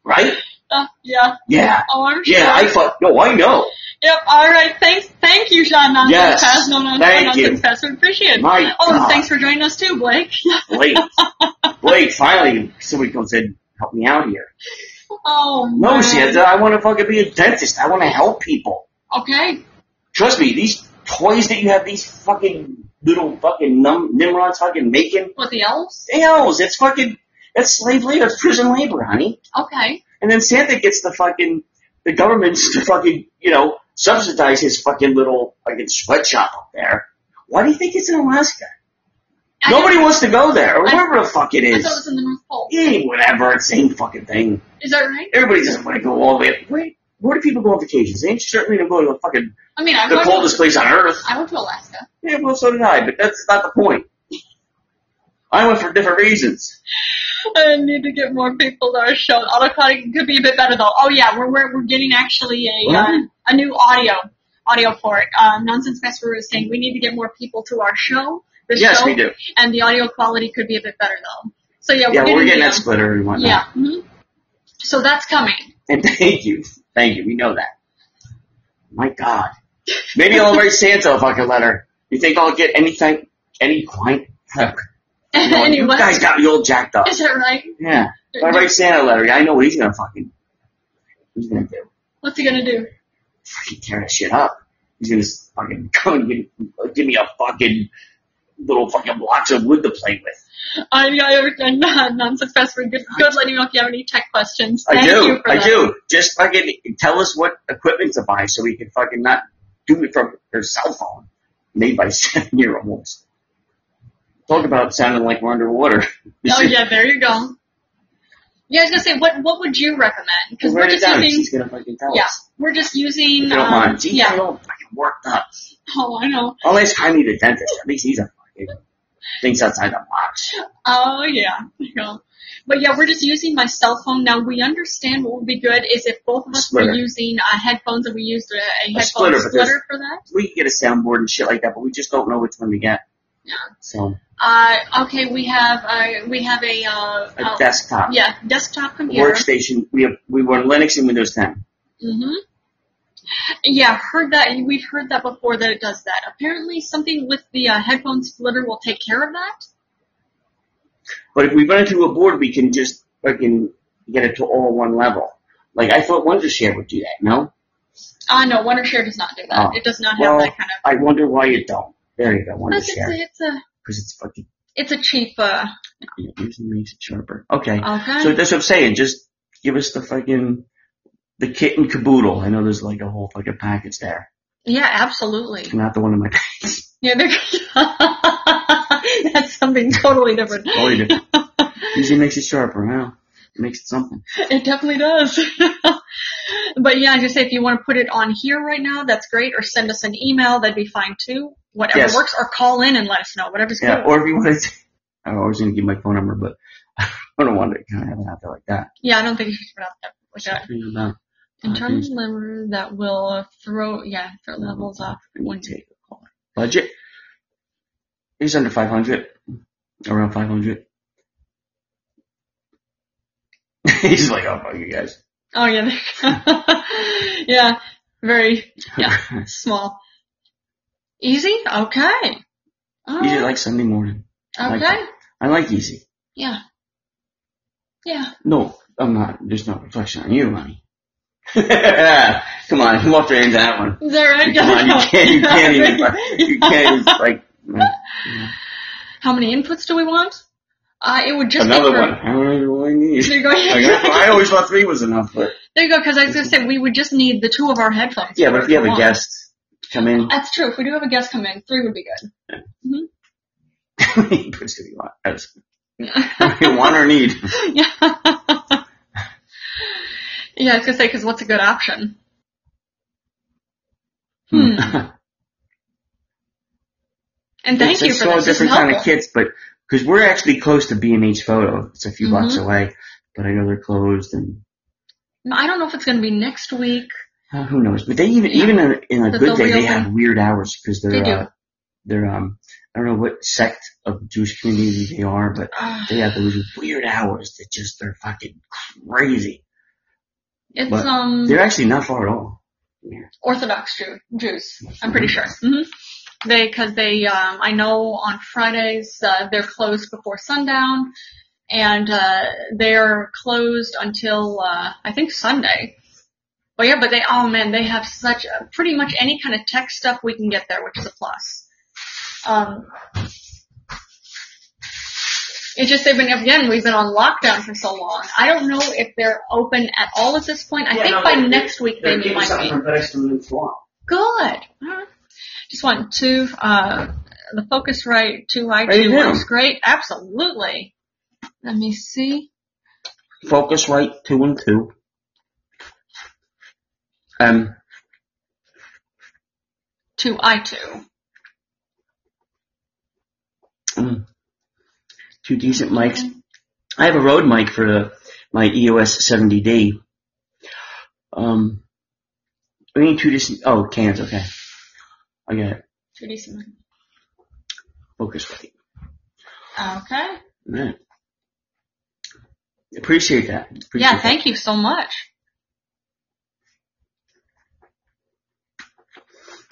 S2: Right?
S1: Uh, yeah.
S2: Yeah.
S1: Oh, I'm sure.
S2: Yeah, I fuck, no, I know.
S1: Yep. All right. Thanks. Thank you, Sean. Nonsense
S2: Yes.
S1: Pass. No, no,
S2: Thank
S1: no,
S2: you.
S1: nonsense pass. We appreciate it.
S2: My
S1: oh, and
S2: God.
S1: thanks for joining us too, Blake. (laughs)
S2: Blake. Blake, finally, somebody comes in, help me out here.
S1: oh.
S2: No,
S1: man.
S2: she said, I want to fucking be a dentist. I want to help people.
S1: Okay.
S2: Trust me, these toys that you have, these fucking little fucking num- Nimrods fucking making,
S1: With the elves.
S2: ales, it's fucking, that's slave labor, it's prison labor, honey.
S1: Okay.
S2: And then Santa gets the fucking, the government's to fucking, you know, subsidize his fucking little fucking sweatshop up there. Why do you think it's in Alaska?
S1: I
S2: Nobody
S1: thought-
S2: wants to go there, or
S1: I-
S2: wherever the fuck it
S1: I thought it
S2: is.
S1: was in the North Pole.
S2: Yeah, whatever, it's the same fucking thing.
S1: Is that right?
S2: Everybody doesn't want to go all the way up. Where, where do people go on vacations? They ain't certainly don't go to the fucking
S1: I mean, I
S2: the
S1: went
S2: coldest place on earth.
S1: I went to Alaska. (laughs)
S2: Yeah, well, so did I, but that's not the point. I went for different reasons.
S1: I need to get more people that are shown. Autocutting could be a bit better though. Oh yeah, we're we're, we're getting actually a uh,
S2: What?
S1: a new audio audio for it. Uh, Nonsense Master was saying we need to get more people to our show. The
S2: yes,
S1: show,
S2: we do.
S1: And the audio quality could be a bit better though. So yeah,
S2: Yeah,
S1: we're
S2: well, we're getting
S1: getting
S2: that splitter and whatnot.
S1: yeah. mhm. So that's coming. (laughs)
S2: (laughs) And thank you. Thank you. We know that. My God. Maybe I'll write Santa a fucking letter. You think I'll get anything, any (laughs) client? Heck. You, know, you
S1: anyway, (laughs)
S2: guys got me all jacked up.
S1: is that right?
S2: Yeah. If I write Santa a letter, I know what he's gonna fucking, he's gonna do.
S1: What's he gonna do?
S2: fucking tear that shit up. He's gonna s- fucking (laughs) go and give, give me a fucking little fucking blocks of wood to play with.
S1: I mean, I understand uh, Nonsense Master. Good, good letting you know if you have any tech questions.
S2: I
S1: Thank You
S2: do,
S1: for
S2: I
S1: that.
S2: do. Just fucking tell us what equipment to buy so we can fucking not do it from her cell phone made by (laughs) seven year olds. Talk about sounding like we're underwater. (laughs) We
S1: Oh
S2: should-
S1: yeah, there you go. Yeah, I was gonna say, what what would you recommend? Because
S2: write
S1: we're
S2: it
S1: just
S2: down.
S1: using,
S2: She's gonna fucking tell
S1: yeah,
S2: us.
S1: we're just
S2: If
S1: using,
S2: you don't
S1: um,
S2: mind. She's
S1: yeah.
S2: all fucking worked up.
S1: Oh, I know.
S2: I'll ask Jaime the dentist. At least he's a fucking thinks outside the box.
S1: Oh yeah, there you go. But yeah, we're just using my cell phone now. We understand what would be good is if both of us
S2: Splitter.
S1: were using uh, headphones and we used a, a, headphone
S2: splitter,
S1: splitter,
S2: but there's-
S1: for that.
S2: we can get a soundboard and shit like that, but we just don't know which one to get.
S1: Yeah.
S2: So
S1: Uh, okay, we have uh, we have a uh,
S2: a
S1: uh,
S2: desktop,
S1: yeah desktop computer.
S2: workstation. We have we were on Linux and Windows 10.
S1: hmm Yeah, heard that, and we've heard that before that it does that. Apparently, something with the uh, headphone splitter will take care of that.
S2: But if we run into a board, we can just fucking get it to all one level. Like I thought WonderShare would do that. No,
S1: Ah, no, WonderShare does not do that.
S2: Oh.
S1: It does not have
S2: Well,
S1: that kind of.
S2: I wonder why it don't. There you go,
S1: That's just
S2: WonderShare,
S1: a- it's a
S2: because it's fucking
S1: it's a cheap. Uh,
S2: it usually makes it sharper. Okay,
S1: okay.
S2: so that's what I'm saying. Just give us the fucking the kit and caboodle. I know there's like a whole fucking package there.
S1: yeah, absolutely.
S2: Not the one in my
S1: Yeah, they're- (laughs) that's something totally different.
S2: Totally different. Usually makes it sharper, huh? Makes it something.
S1: It definitely does. (laughs) But yeah, I just say if you want to put it on here right now, that's great. Or send us an email, that'd be fine too. Whatever
S2: Yes.
S1: works. Or call in and let us know. Whatever's
S2: Yeah,
S1: good.
S2: or if you want to, (laughs) I was going to give my phone number, but (laughs) I don't want to kind of have it out there like that.
S1: Yeah, I don't think you should put out that like uh, that.
S2: Something about
S1: Internal delivery that will throw yeah, throw levels off when
S2: take a call. Budget is under 500, around 500. (laughs) He's like, oh, fuck you guys.
S1: Oh yeah. (laughs) yeah. Very
S2: (laughs)
S1: Yeah. small. Easy? Okay. All
S2: Usually
S1: right.
S2: like Sunday morning. like
S1: okay.
S2: I like easy.
S1: Yeah. Yeah.
S2: No, I'm not. There's no reflection on you, honey. (laughs) Come on, you walked right into
S1: (laughs)
S2: that one.
S1: Is that right?
S2: Come on, you can't, you
S1: (laughs)
S2: can't even, you can't, even, like,
S1: How many inputs do we want? Uh, it would just
S2: another
S1: be for,
S2: one. I don't even really
S1: (laughs)
S2: need.
S1: There you go.
S2: Like, I, I always thought three was enough, but
S1: (laughs) there you go. Because I was gonna say we would just need the two of our headphones.
S2: yeah, but if you have a
S1: Come on.
S2: guest come in,
S1: that's true. If we do have a guest come in, three would be good. (laughs)
S2: he puts it on. That's-
S1: Yeah.
S2: Want or need?
S1: yeah, (laughs) I was gonna say because what's a good option? Hmm. And thank
S2: it's
S1: you
S2: it's
S1: for
S2: all
S1: this. This is
S2: different kind of
S1: helpful.
S2: kits, but because we're actually close to B and H Photo, it's a few
S1: Mhm.
S2: blocks away, but I know they're closed and.
S1: I don't know if it's gonna be next week.
S2: Uh, who knows? But they even
S1: Yeah.
S2: even in a, in a
S1: But
S2: good
S1: they'll
S2: day, they
S1: reopen.
S2: have weird hours because they're
S1: They do.
S2: uh, they're um I don't know what sect of the Jewish community they are, but
S1: Ah,
S2: they have those weird hours that just they're fucking crazy.
S1: Mm-hmm. It's
S2: But
S1: um
S2: They're actually not far at all.
S1: Orthodox Jew, Jews. I'm pretty sure. hmm They, because they, um, I know on Fridays uh, they're closed before sundown, and uh, they're closed until uh, I think Sunday. But yeah, but they, oh man, they have such a, pretty much any kind of tech stuff we can get there, which is a plus. Um, it's just they've been again. We've been on lockdown for so long. I don't know if they're open at all at this point. I
S2: Yeah,
S1: think
S2: no,
S1: by
S2: they-
S1: next week they might be.
S2: from Preston Swamp.
S1: Good. Alright. Just one, two, uh, the focus right, two
S2: There you
S1: IQ
S2: go.
S1: works great. Absolutely. Let me see.
S2: Focus right two and two. Um,
S1: Two I2.
S2: mm, two decent mics.
S1: Mm-hmm.
S2: I have a Rode mic for the, my E EOS 70D. Um, we need two decent. Oh, cans. Okay, I got it.
S1: Two decent.
S2: Focus right.
S1: Okay.
S2: All right. Appreciate that. Appreciate
S1: Yeah,
S2: that.
S1: thank you so much.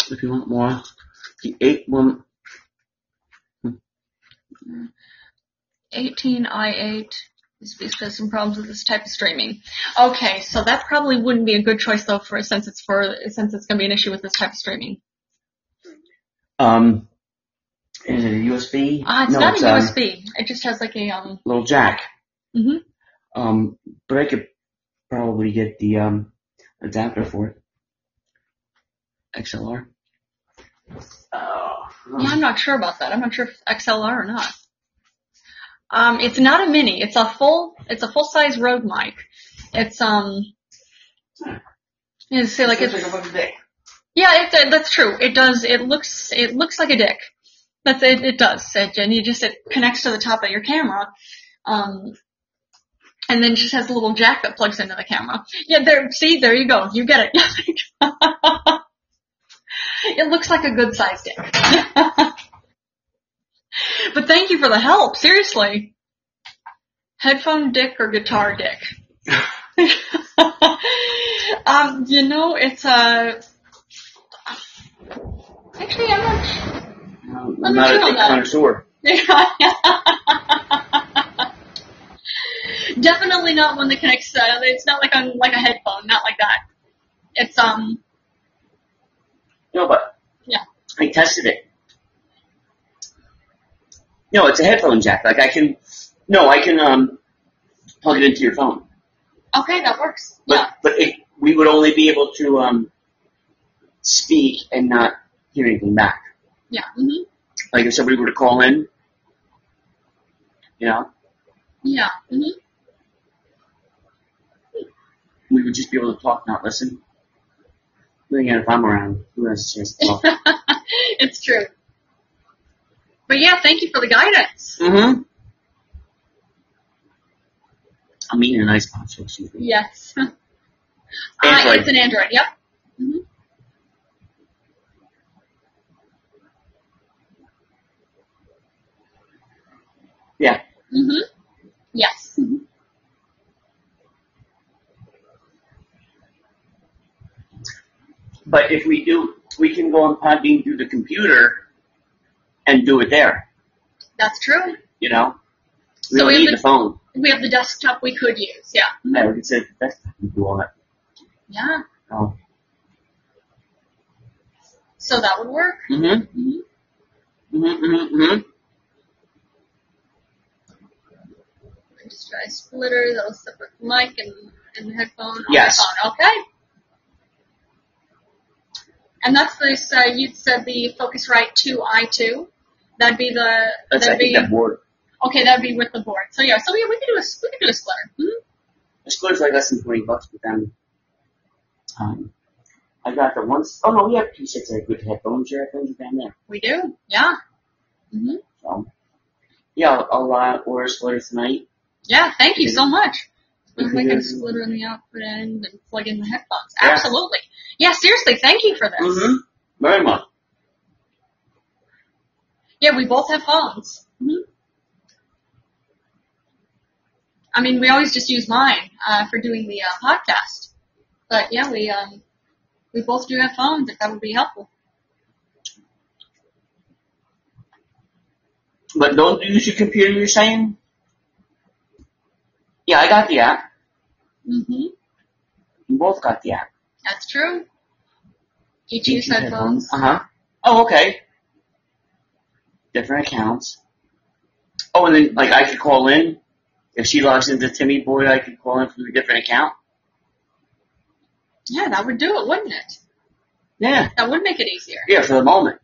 S2: If you want more, the eight one.
S1: 18i8 is because some problems with this type of streaming. Okay, so that probably wouldn't be a good choice though for, since it's for, since it's gonna be an issue with this type of streaming.
S2: Um, is it a USB?
S1: Ah, it's
S2: no,
S1: not
S2: it's
S1: a
S2: um,
S1: USB. It just has like a, um,
S2: little jack.
S1: Mhm.
S2: Um, but I could probably get the um adapter for it. XLR. Oh.
S1: Yeah, I'm not sure about that. I'm not sure if XLR or not. Um, it's not a mini. It's a full. It's a full size Rode mic. It's um. You see, like it's
S2: a fucking dick.
S1: yeah, it, that- that's true. It does. It looks. It looks like a dick. That's it. It does. It, and you just it connects to the top of your camera. Um. And then it just has a little jack that plugs into the camera. Yeah, there. See, there you go. You get it. (laughs) it looks like a good sized dick. (laughs) But thank you for the help, seriously. Headphone dick or guitar dick? (laughs) um, you know, it's uh, a. Actually, I'm not. sure. (laughs) Let
S2: Um, I'm
S1: me
S2: not a
S1: check on
S2: dick
S1: that.
S2: connoisseur.
S1: Definitely not one that connects. Uh, it's not like on like a headphone, not like that. It's um.
S2: No, but
S1: Yeah.
S2: I tested it. No, it's a headphone jack. Like I can, no, I can um plug it into your phone.
S1: Okay, that works.
S2: But,
S1: Yeah.
S2: but it, we would only be able to um, speak and not hear anything back.
S1: Yeah. hmm
S2: Like if somebody were to call in, you know,
S1: mm-hmm. Yeah. hmm
S2: we would just be able to talk, not listen. But again, if I'm around, who has a chance
S1: (laughs)
S2: to talk?
S1: (laughs) it's true. But yeah, thank you for the guidance.
S2: mm-hmm. I'm eating an ice pop, so excuse me.
S1: Yes. Uh,
S2: Android.
S1: it's an Android. Yep. hmm
S2: Yeah.
S1: hmm Yes.
S2: But if we do, we can go on Podbean through the computer and do it there,
S1: That's true.
S2: you know?
S1: So
S2: We don't
S1: we
S2: need
S1: have
S2: the
S1: to-
S2: phone.
S1: We have the desktop we could use. Yeah.
S2: Yeah, we can sit at the desktop and do all that.
S1: Yeah.
S2: Oh.
S1: Mm-hmm. So that would work.
S2: Mm-hmm.
S1: Mhm.
S2: Mm-hmm, mm-hmm, mm-hmm.
S1: I just try splitter. That was separate mic and and headphone. On
S2: Yes.
S1: The phone. Okay. And that's this. Uh, you said the Focusrite two i two. That'd be the.
S2: That's, I
S1: that'd
S2: think,
S1: be
S2: that board.
S1: okay. That'd be with the board. So yeah. So yeah, we could do a we could do a splitter. Mhm.
S2: The score's like less than 20 bucks, but then, um, I got the ones, oh no, we have T-shirts that are good headphones, your headphones are down there.
S1: We do. Yeah. hmm
S2: So, yeah, I'll, I'll uh, order a sweater tonight.
S1: Yeah. Thank you so much.
S2: We
S1: And
S2: can
S1: we can
S2: do-
S1: splitter in the output end and plug in the headphones.
S2: Yeah.
S1: Absolutely. Yeah. Seriously. Thank you for this.
S2: Mm-hmm. Very much.
S1: Yeah, we both have phones. Mm-hmm. I mean, we always just use mine uh, for doing the uh, podcast. But yeah, we um, we both do have phones. If that would be helpful.
S2: But don't use your computer, you're saying? Yeah, I got the app.
S1: Mm-hmm.
S2: You both got the app.
S1: That's true. Each use headphones.
S2: Uh huh. Oh, okay. Different accounts. Oh, and then, like, I could call in. If she logs into Timmy Boy, I could call in from a different account.
S1: Yeah, that would do it, wouldn't it?
S2: Yeah.
S1: That would make it easier.
S2: Yeah, for the moment.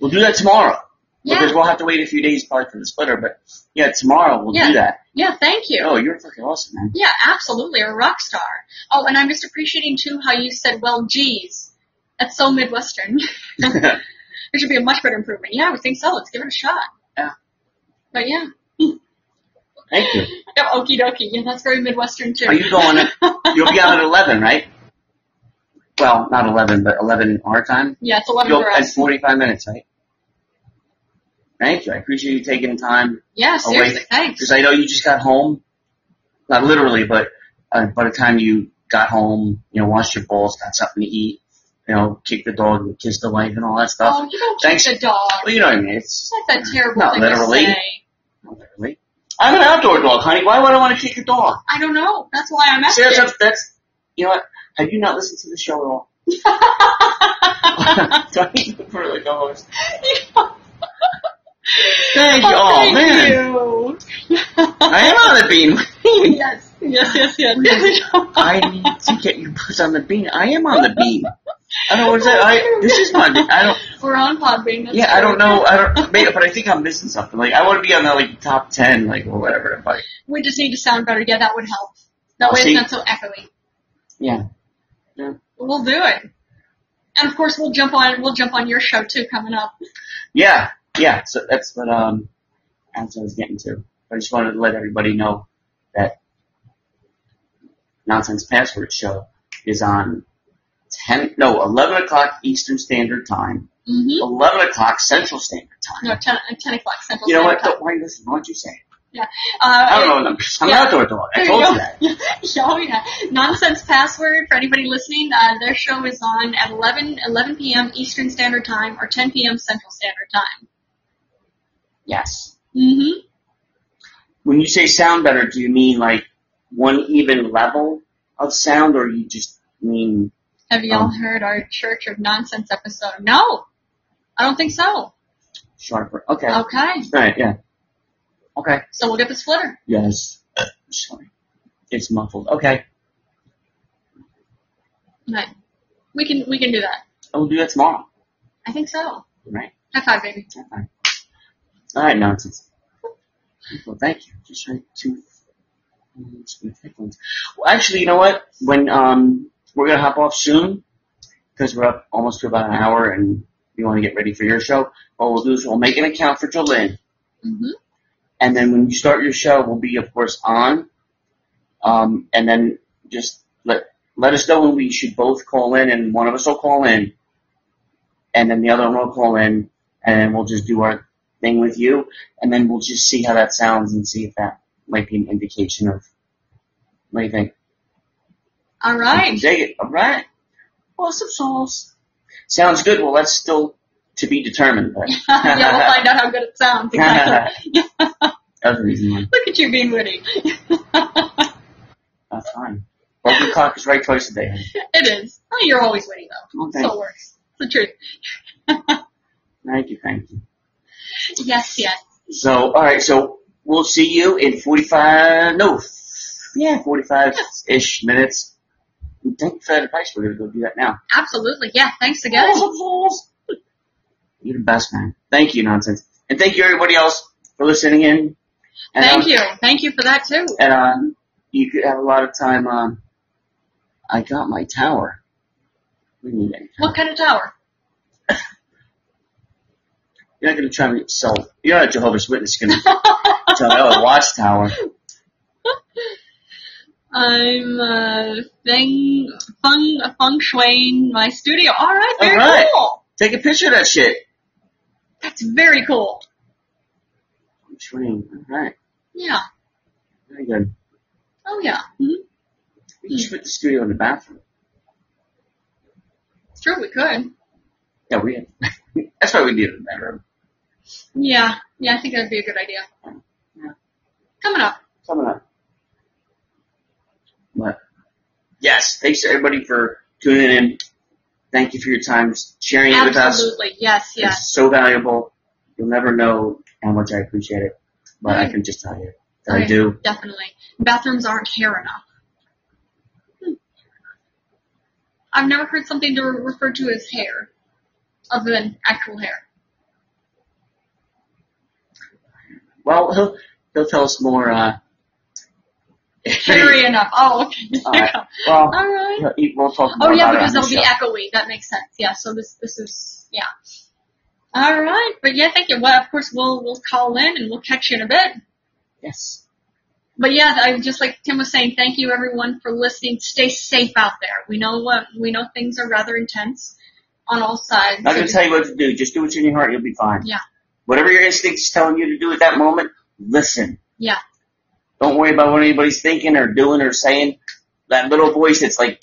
S2: We'll do that tomorrow. Because
S1: Yeah.
S2: we'll have to wait a few days probably for the splitter, but yeah, tomorrow we'll
S1: Yeah.
S2: do that.
S1: Yeah. Thank you.
S2: Oh, you're fucking awesome, man.
S1: Yeah, absolutely, a rock star. Oh, and I'm just appreciating too how you said, well, geez. That's so Midwestern. (laughs) there should be a much better improvement. Yeah, I would think so. Let's give it a shot.
S2: Yeah.
S1: But yeah.
S2: (laughs) Thank you.
S1: yeah Okie dokie. Yeah, that's very Midwestern too.
S2: Are you going? You'll be on at 11, right? Well, not 11, but 11 our time.
S1: (laughs) yeah, it's 11
S2: You'll,
S1: for
S2: that's
S1: us.
S2: 45 minutes, right? Thank you. I appreciate you taking the time
S1: Yeah,
S2: Oh,
S1: seriously, thanks.
S2: because I know you just got home. Not literally, but uh, by the time you got home, you know, washed your balls, got something to eat, you know, kicked the dog and kissed the wife and all that stuff.
S1: Oh, you don't
S2: Thanks.
S1: keep the dog.
S2: Well, you know what I mean. It's
S1: It's like that terrible
S2: Not
S1: thing
S2: literally.
S1: to say.
S2: not literally. I'm an outdoor dog, honey. Why would I want to kick a dog?
S1: I don't know. That's why I'm
S2: See,
S1: asking.
S2: that's, that's, that's, you know what? Have you not listened to the show at (laughs) all? Thank you for the dollars. Thank you.
S1: Oh, thank
S2: Oh, man.
S1: you. (laughs)
S2: I am on the bean.
S1: yes, yes, yes, yes.
S2: (laughs)
S1: (laughs)
S2: I need to get you put on the bean. I am on the bean. I don't know what is that. I, this is my bean. I don't,
S1: We're on Podbean. that's
S2: yeah, I don't
S1: great.
S2: know. I don't, maybe, but I think I'm missing something. Like, I want to be on the, like, top 10, like, or whatever. But,
S1: We just need to sound better. Yeah, that would help. That
S2: I'll
S1: way
S2: see.
S1: it's not so echoey.
S2: yeah.
S1: We'll do it. And of course, we'll jump on. We'll jump on your show too coming up.
S2: Yeah. Yeah. So that's what, um, that's what I was getting to. I just wanted to let everybody know that Nonsense Password Show is on 10, no, 11 o'clock Eastern Standard Time,
S1: Mm-hmm.
S2: 11 o'clock Central Standard Time.
S1: No, ten, uh, ten o'clock Central
S2: You know what?
S1: Standard
S2: Don't, why you listen? Why don't you say it?
S1: Time. Uh,
S2: I don't know the numbers. I'm
S1: Yeah.
S2: an outdoor dog. I
S1: There
S2: told
S1: you
S2: you
S1: go. (laughs)
S2: that.
S1: oh yeah. Nonsense password for anybody listening. Uh, their show is on at 11, 11 p.m. Eastern Standard Time or 10 p.m. Central Standard Time.
S2: Yes.
S1: Mm-hmm.
S2: When you say sound better, do you mean like one even level of sound or you just mean,
S1: Have y'all
S2: Um.
S1: heard our Church of Nonsense episode? No, I don't think so.
S2: sharper? Okay.
S1: Oh. Okay,
S2: Alright, yeah. Okay.
S1: so we'll get the splitter.
S2: Yes. uh, Sorry. It's muffled. Okay.
S1: Right. We can we can do that.
S2: I'll do that tomorrow.
S1: I think so.
S2: Right?
S1: High five, baby.
S2: Alright, nonsense. Well, thank you. Just trying to It's been headlines. Well, actually, you know what? When um, we're gonna hop off soon because we're up almost to about an hour, and we want to get ready for your show. What we'll do is we'll make an account for Jolene,
S1: hmm
S2: and then when you start your show, we'll be of course on. Um, and then just let let us know when we should both call in, and one of us will call in, and then the other one will call in, and then we'll just do our thing with you, and then we'll just see how that sounds and see if that might be an indication of what do you think.
S1: All (laughs) right.
S2: Dig it. All right. Awesome sauce. Sounds good. Well, that's still to be determined. But
S1: yeah, we'll find out how good it (laughs) sounds.
S2: that
S1: Exactly. Yeah,
S2: was an easy one.
S1: Look at you being witty. (laughs)
S2: That's fine. Broken clock is right twice a day.
S1: it is. Oh, you're always witty though.
S2: Oh, thank,
S1: So it works. It's the truth.
S2: thank you, thank you.
S1: Yes, yes.
S2: So, all right. So we'll see you in forty-five. No, yeah, forty-five-ish minutes. Thank you for that advice. We're gonna go do that now.
S1: Absolutely. Yeah. Thanks again.
S2: Awesome sauce. You're the best man. Thank you, nonsense, and thank you everybody else for listening in. And, um,
S1: Thank you. Thank you for that too.
S2: and um, you could have a lot of time on. I got my tower. We need any tower.
S1: What kind of tower?
S2: You're not going to try to sell. You're not a Jehovah's Witness
S1: (laughs)
S2: going to tell me, oh, watchtower.
S1: I'm uh, feng feng feng shuiing my studio. All right. Very
S2: All right.
S1: cool.
S2: Take a picture of that shit.
S1: That's very cool.
S2: Which one? All right.
S1: Yeah.
S2: Very good.
S1: Oh yeah. hmm
S2: We should put the studio in the bathroom.
S1: Sure, we could.
S2: Yeah, we (laughs) That's why we need it in the bedroom.
S1: Yeah. Yeah. I think that'd be a good idea.
S2: Yeah.
S1: Coming up.
S2: Coming up. But, yes, thanks to everybody for tuning in. Thank you for your time, sharing it with us.
S1: Absolutely. Yes. Yes.
S2: It's so valuable. You'll never know how much I appreciate it, but I can just tell you that I
S1: Right.
S2: do.
S1: Definitely. Bathrooms aren't hair enough. Hmm. I've never heard something to re- refer to as hair, other than actual hair.
S2: Well, he'll, he'll tell us more. Uh,
S1: Hairy enough. Oh, okay.
S2: All right. (laughs)
S1: (laughs)
S2: well,
S1: Alright.
S2: he'll- he- we'll talk more
S1: Oh yeah,
S2: about
S1: because
S2: it on
S1: it'll
S2: the
S1: be
S2: show.
S1: echoey. That makes sense. Yeah, so this, this is, yeah. Alright, but yeah, thank you. Well, of course we'll, we'll call in and we'll catch you in a bit.
S2: yes.
S1: But yeah, I just like Tim was saying, thank you everyone for listening. Stay safe out there. We know what, we know things are rather intense on all sides.
S2: I'm not going to tell you what to do. Just do what's in your heart. You'll be fine.
S1: Yeah.
S2: Whatever your instinct is telling you to do at that moment, listen.
S1: Yeah.
S2: Don't worry about what anybody's thinking or doing or saying. That little voice that's like,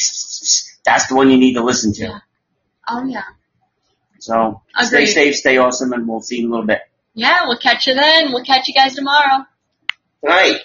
S2: that's the one you need to listen to.
S1: Yeah. Oh yeah.
S2: So
S1: Agreed.
S2: stay safe, stay awesome, and we'll see you in a little bit.
S1: Yeah, we'll catch you then. We'll catch you guys tomorrow.
S2: All right.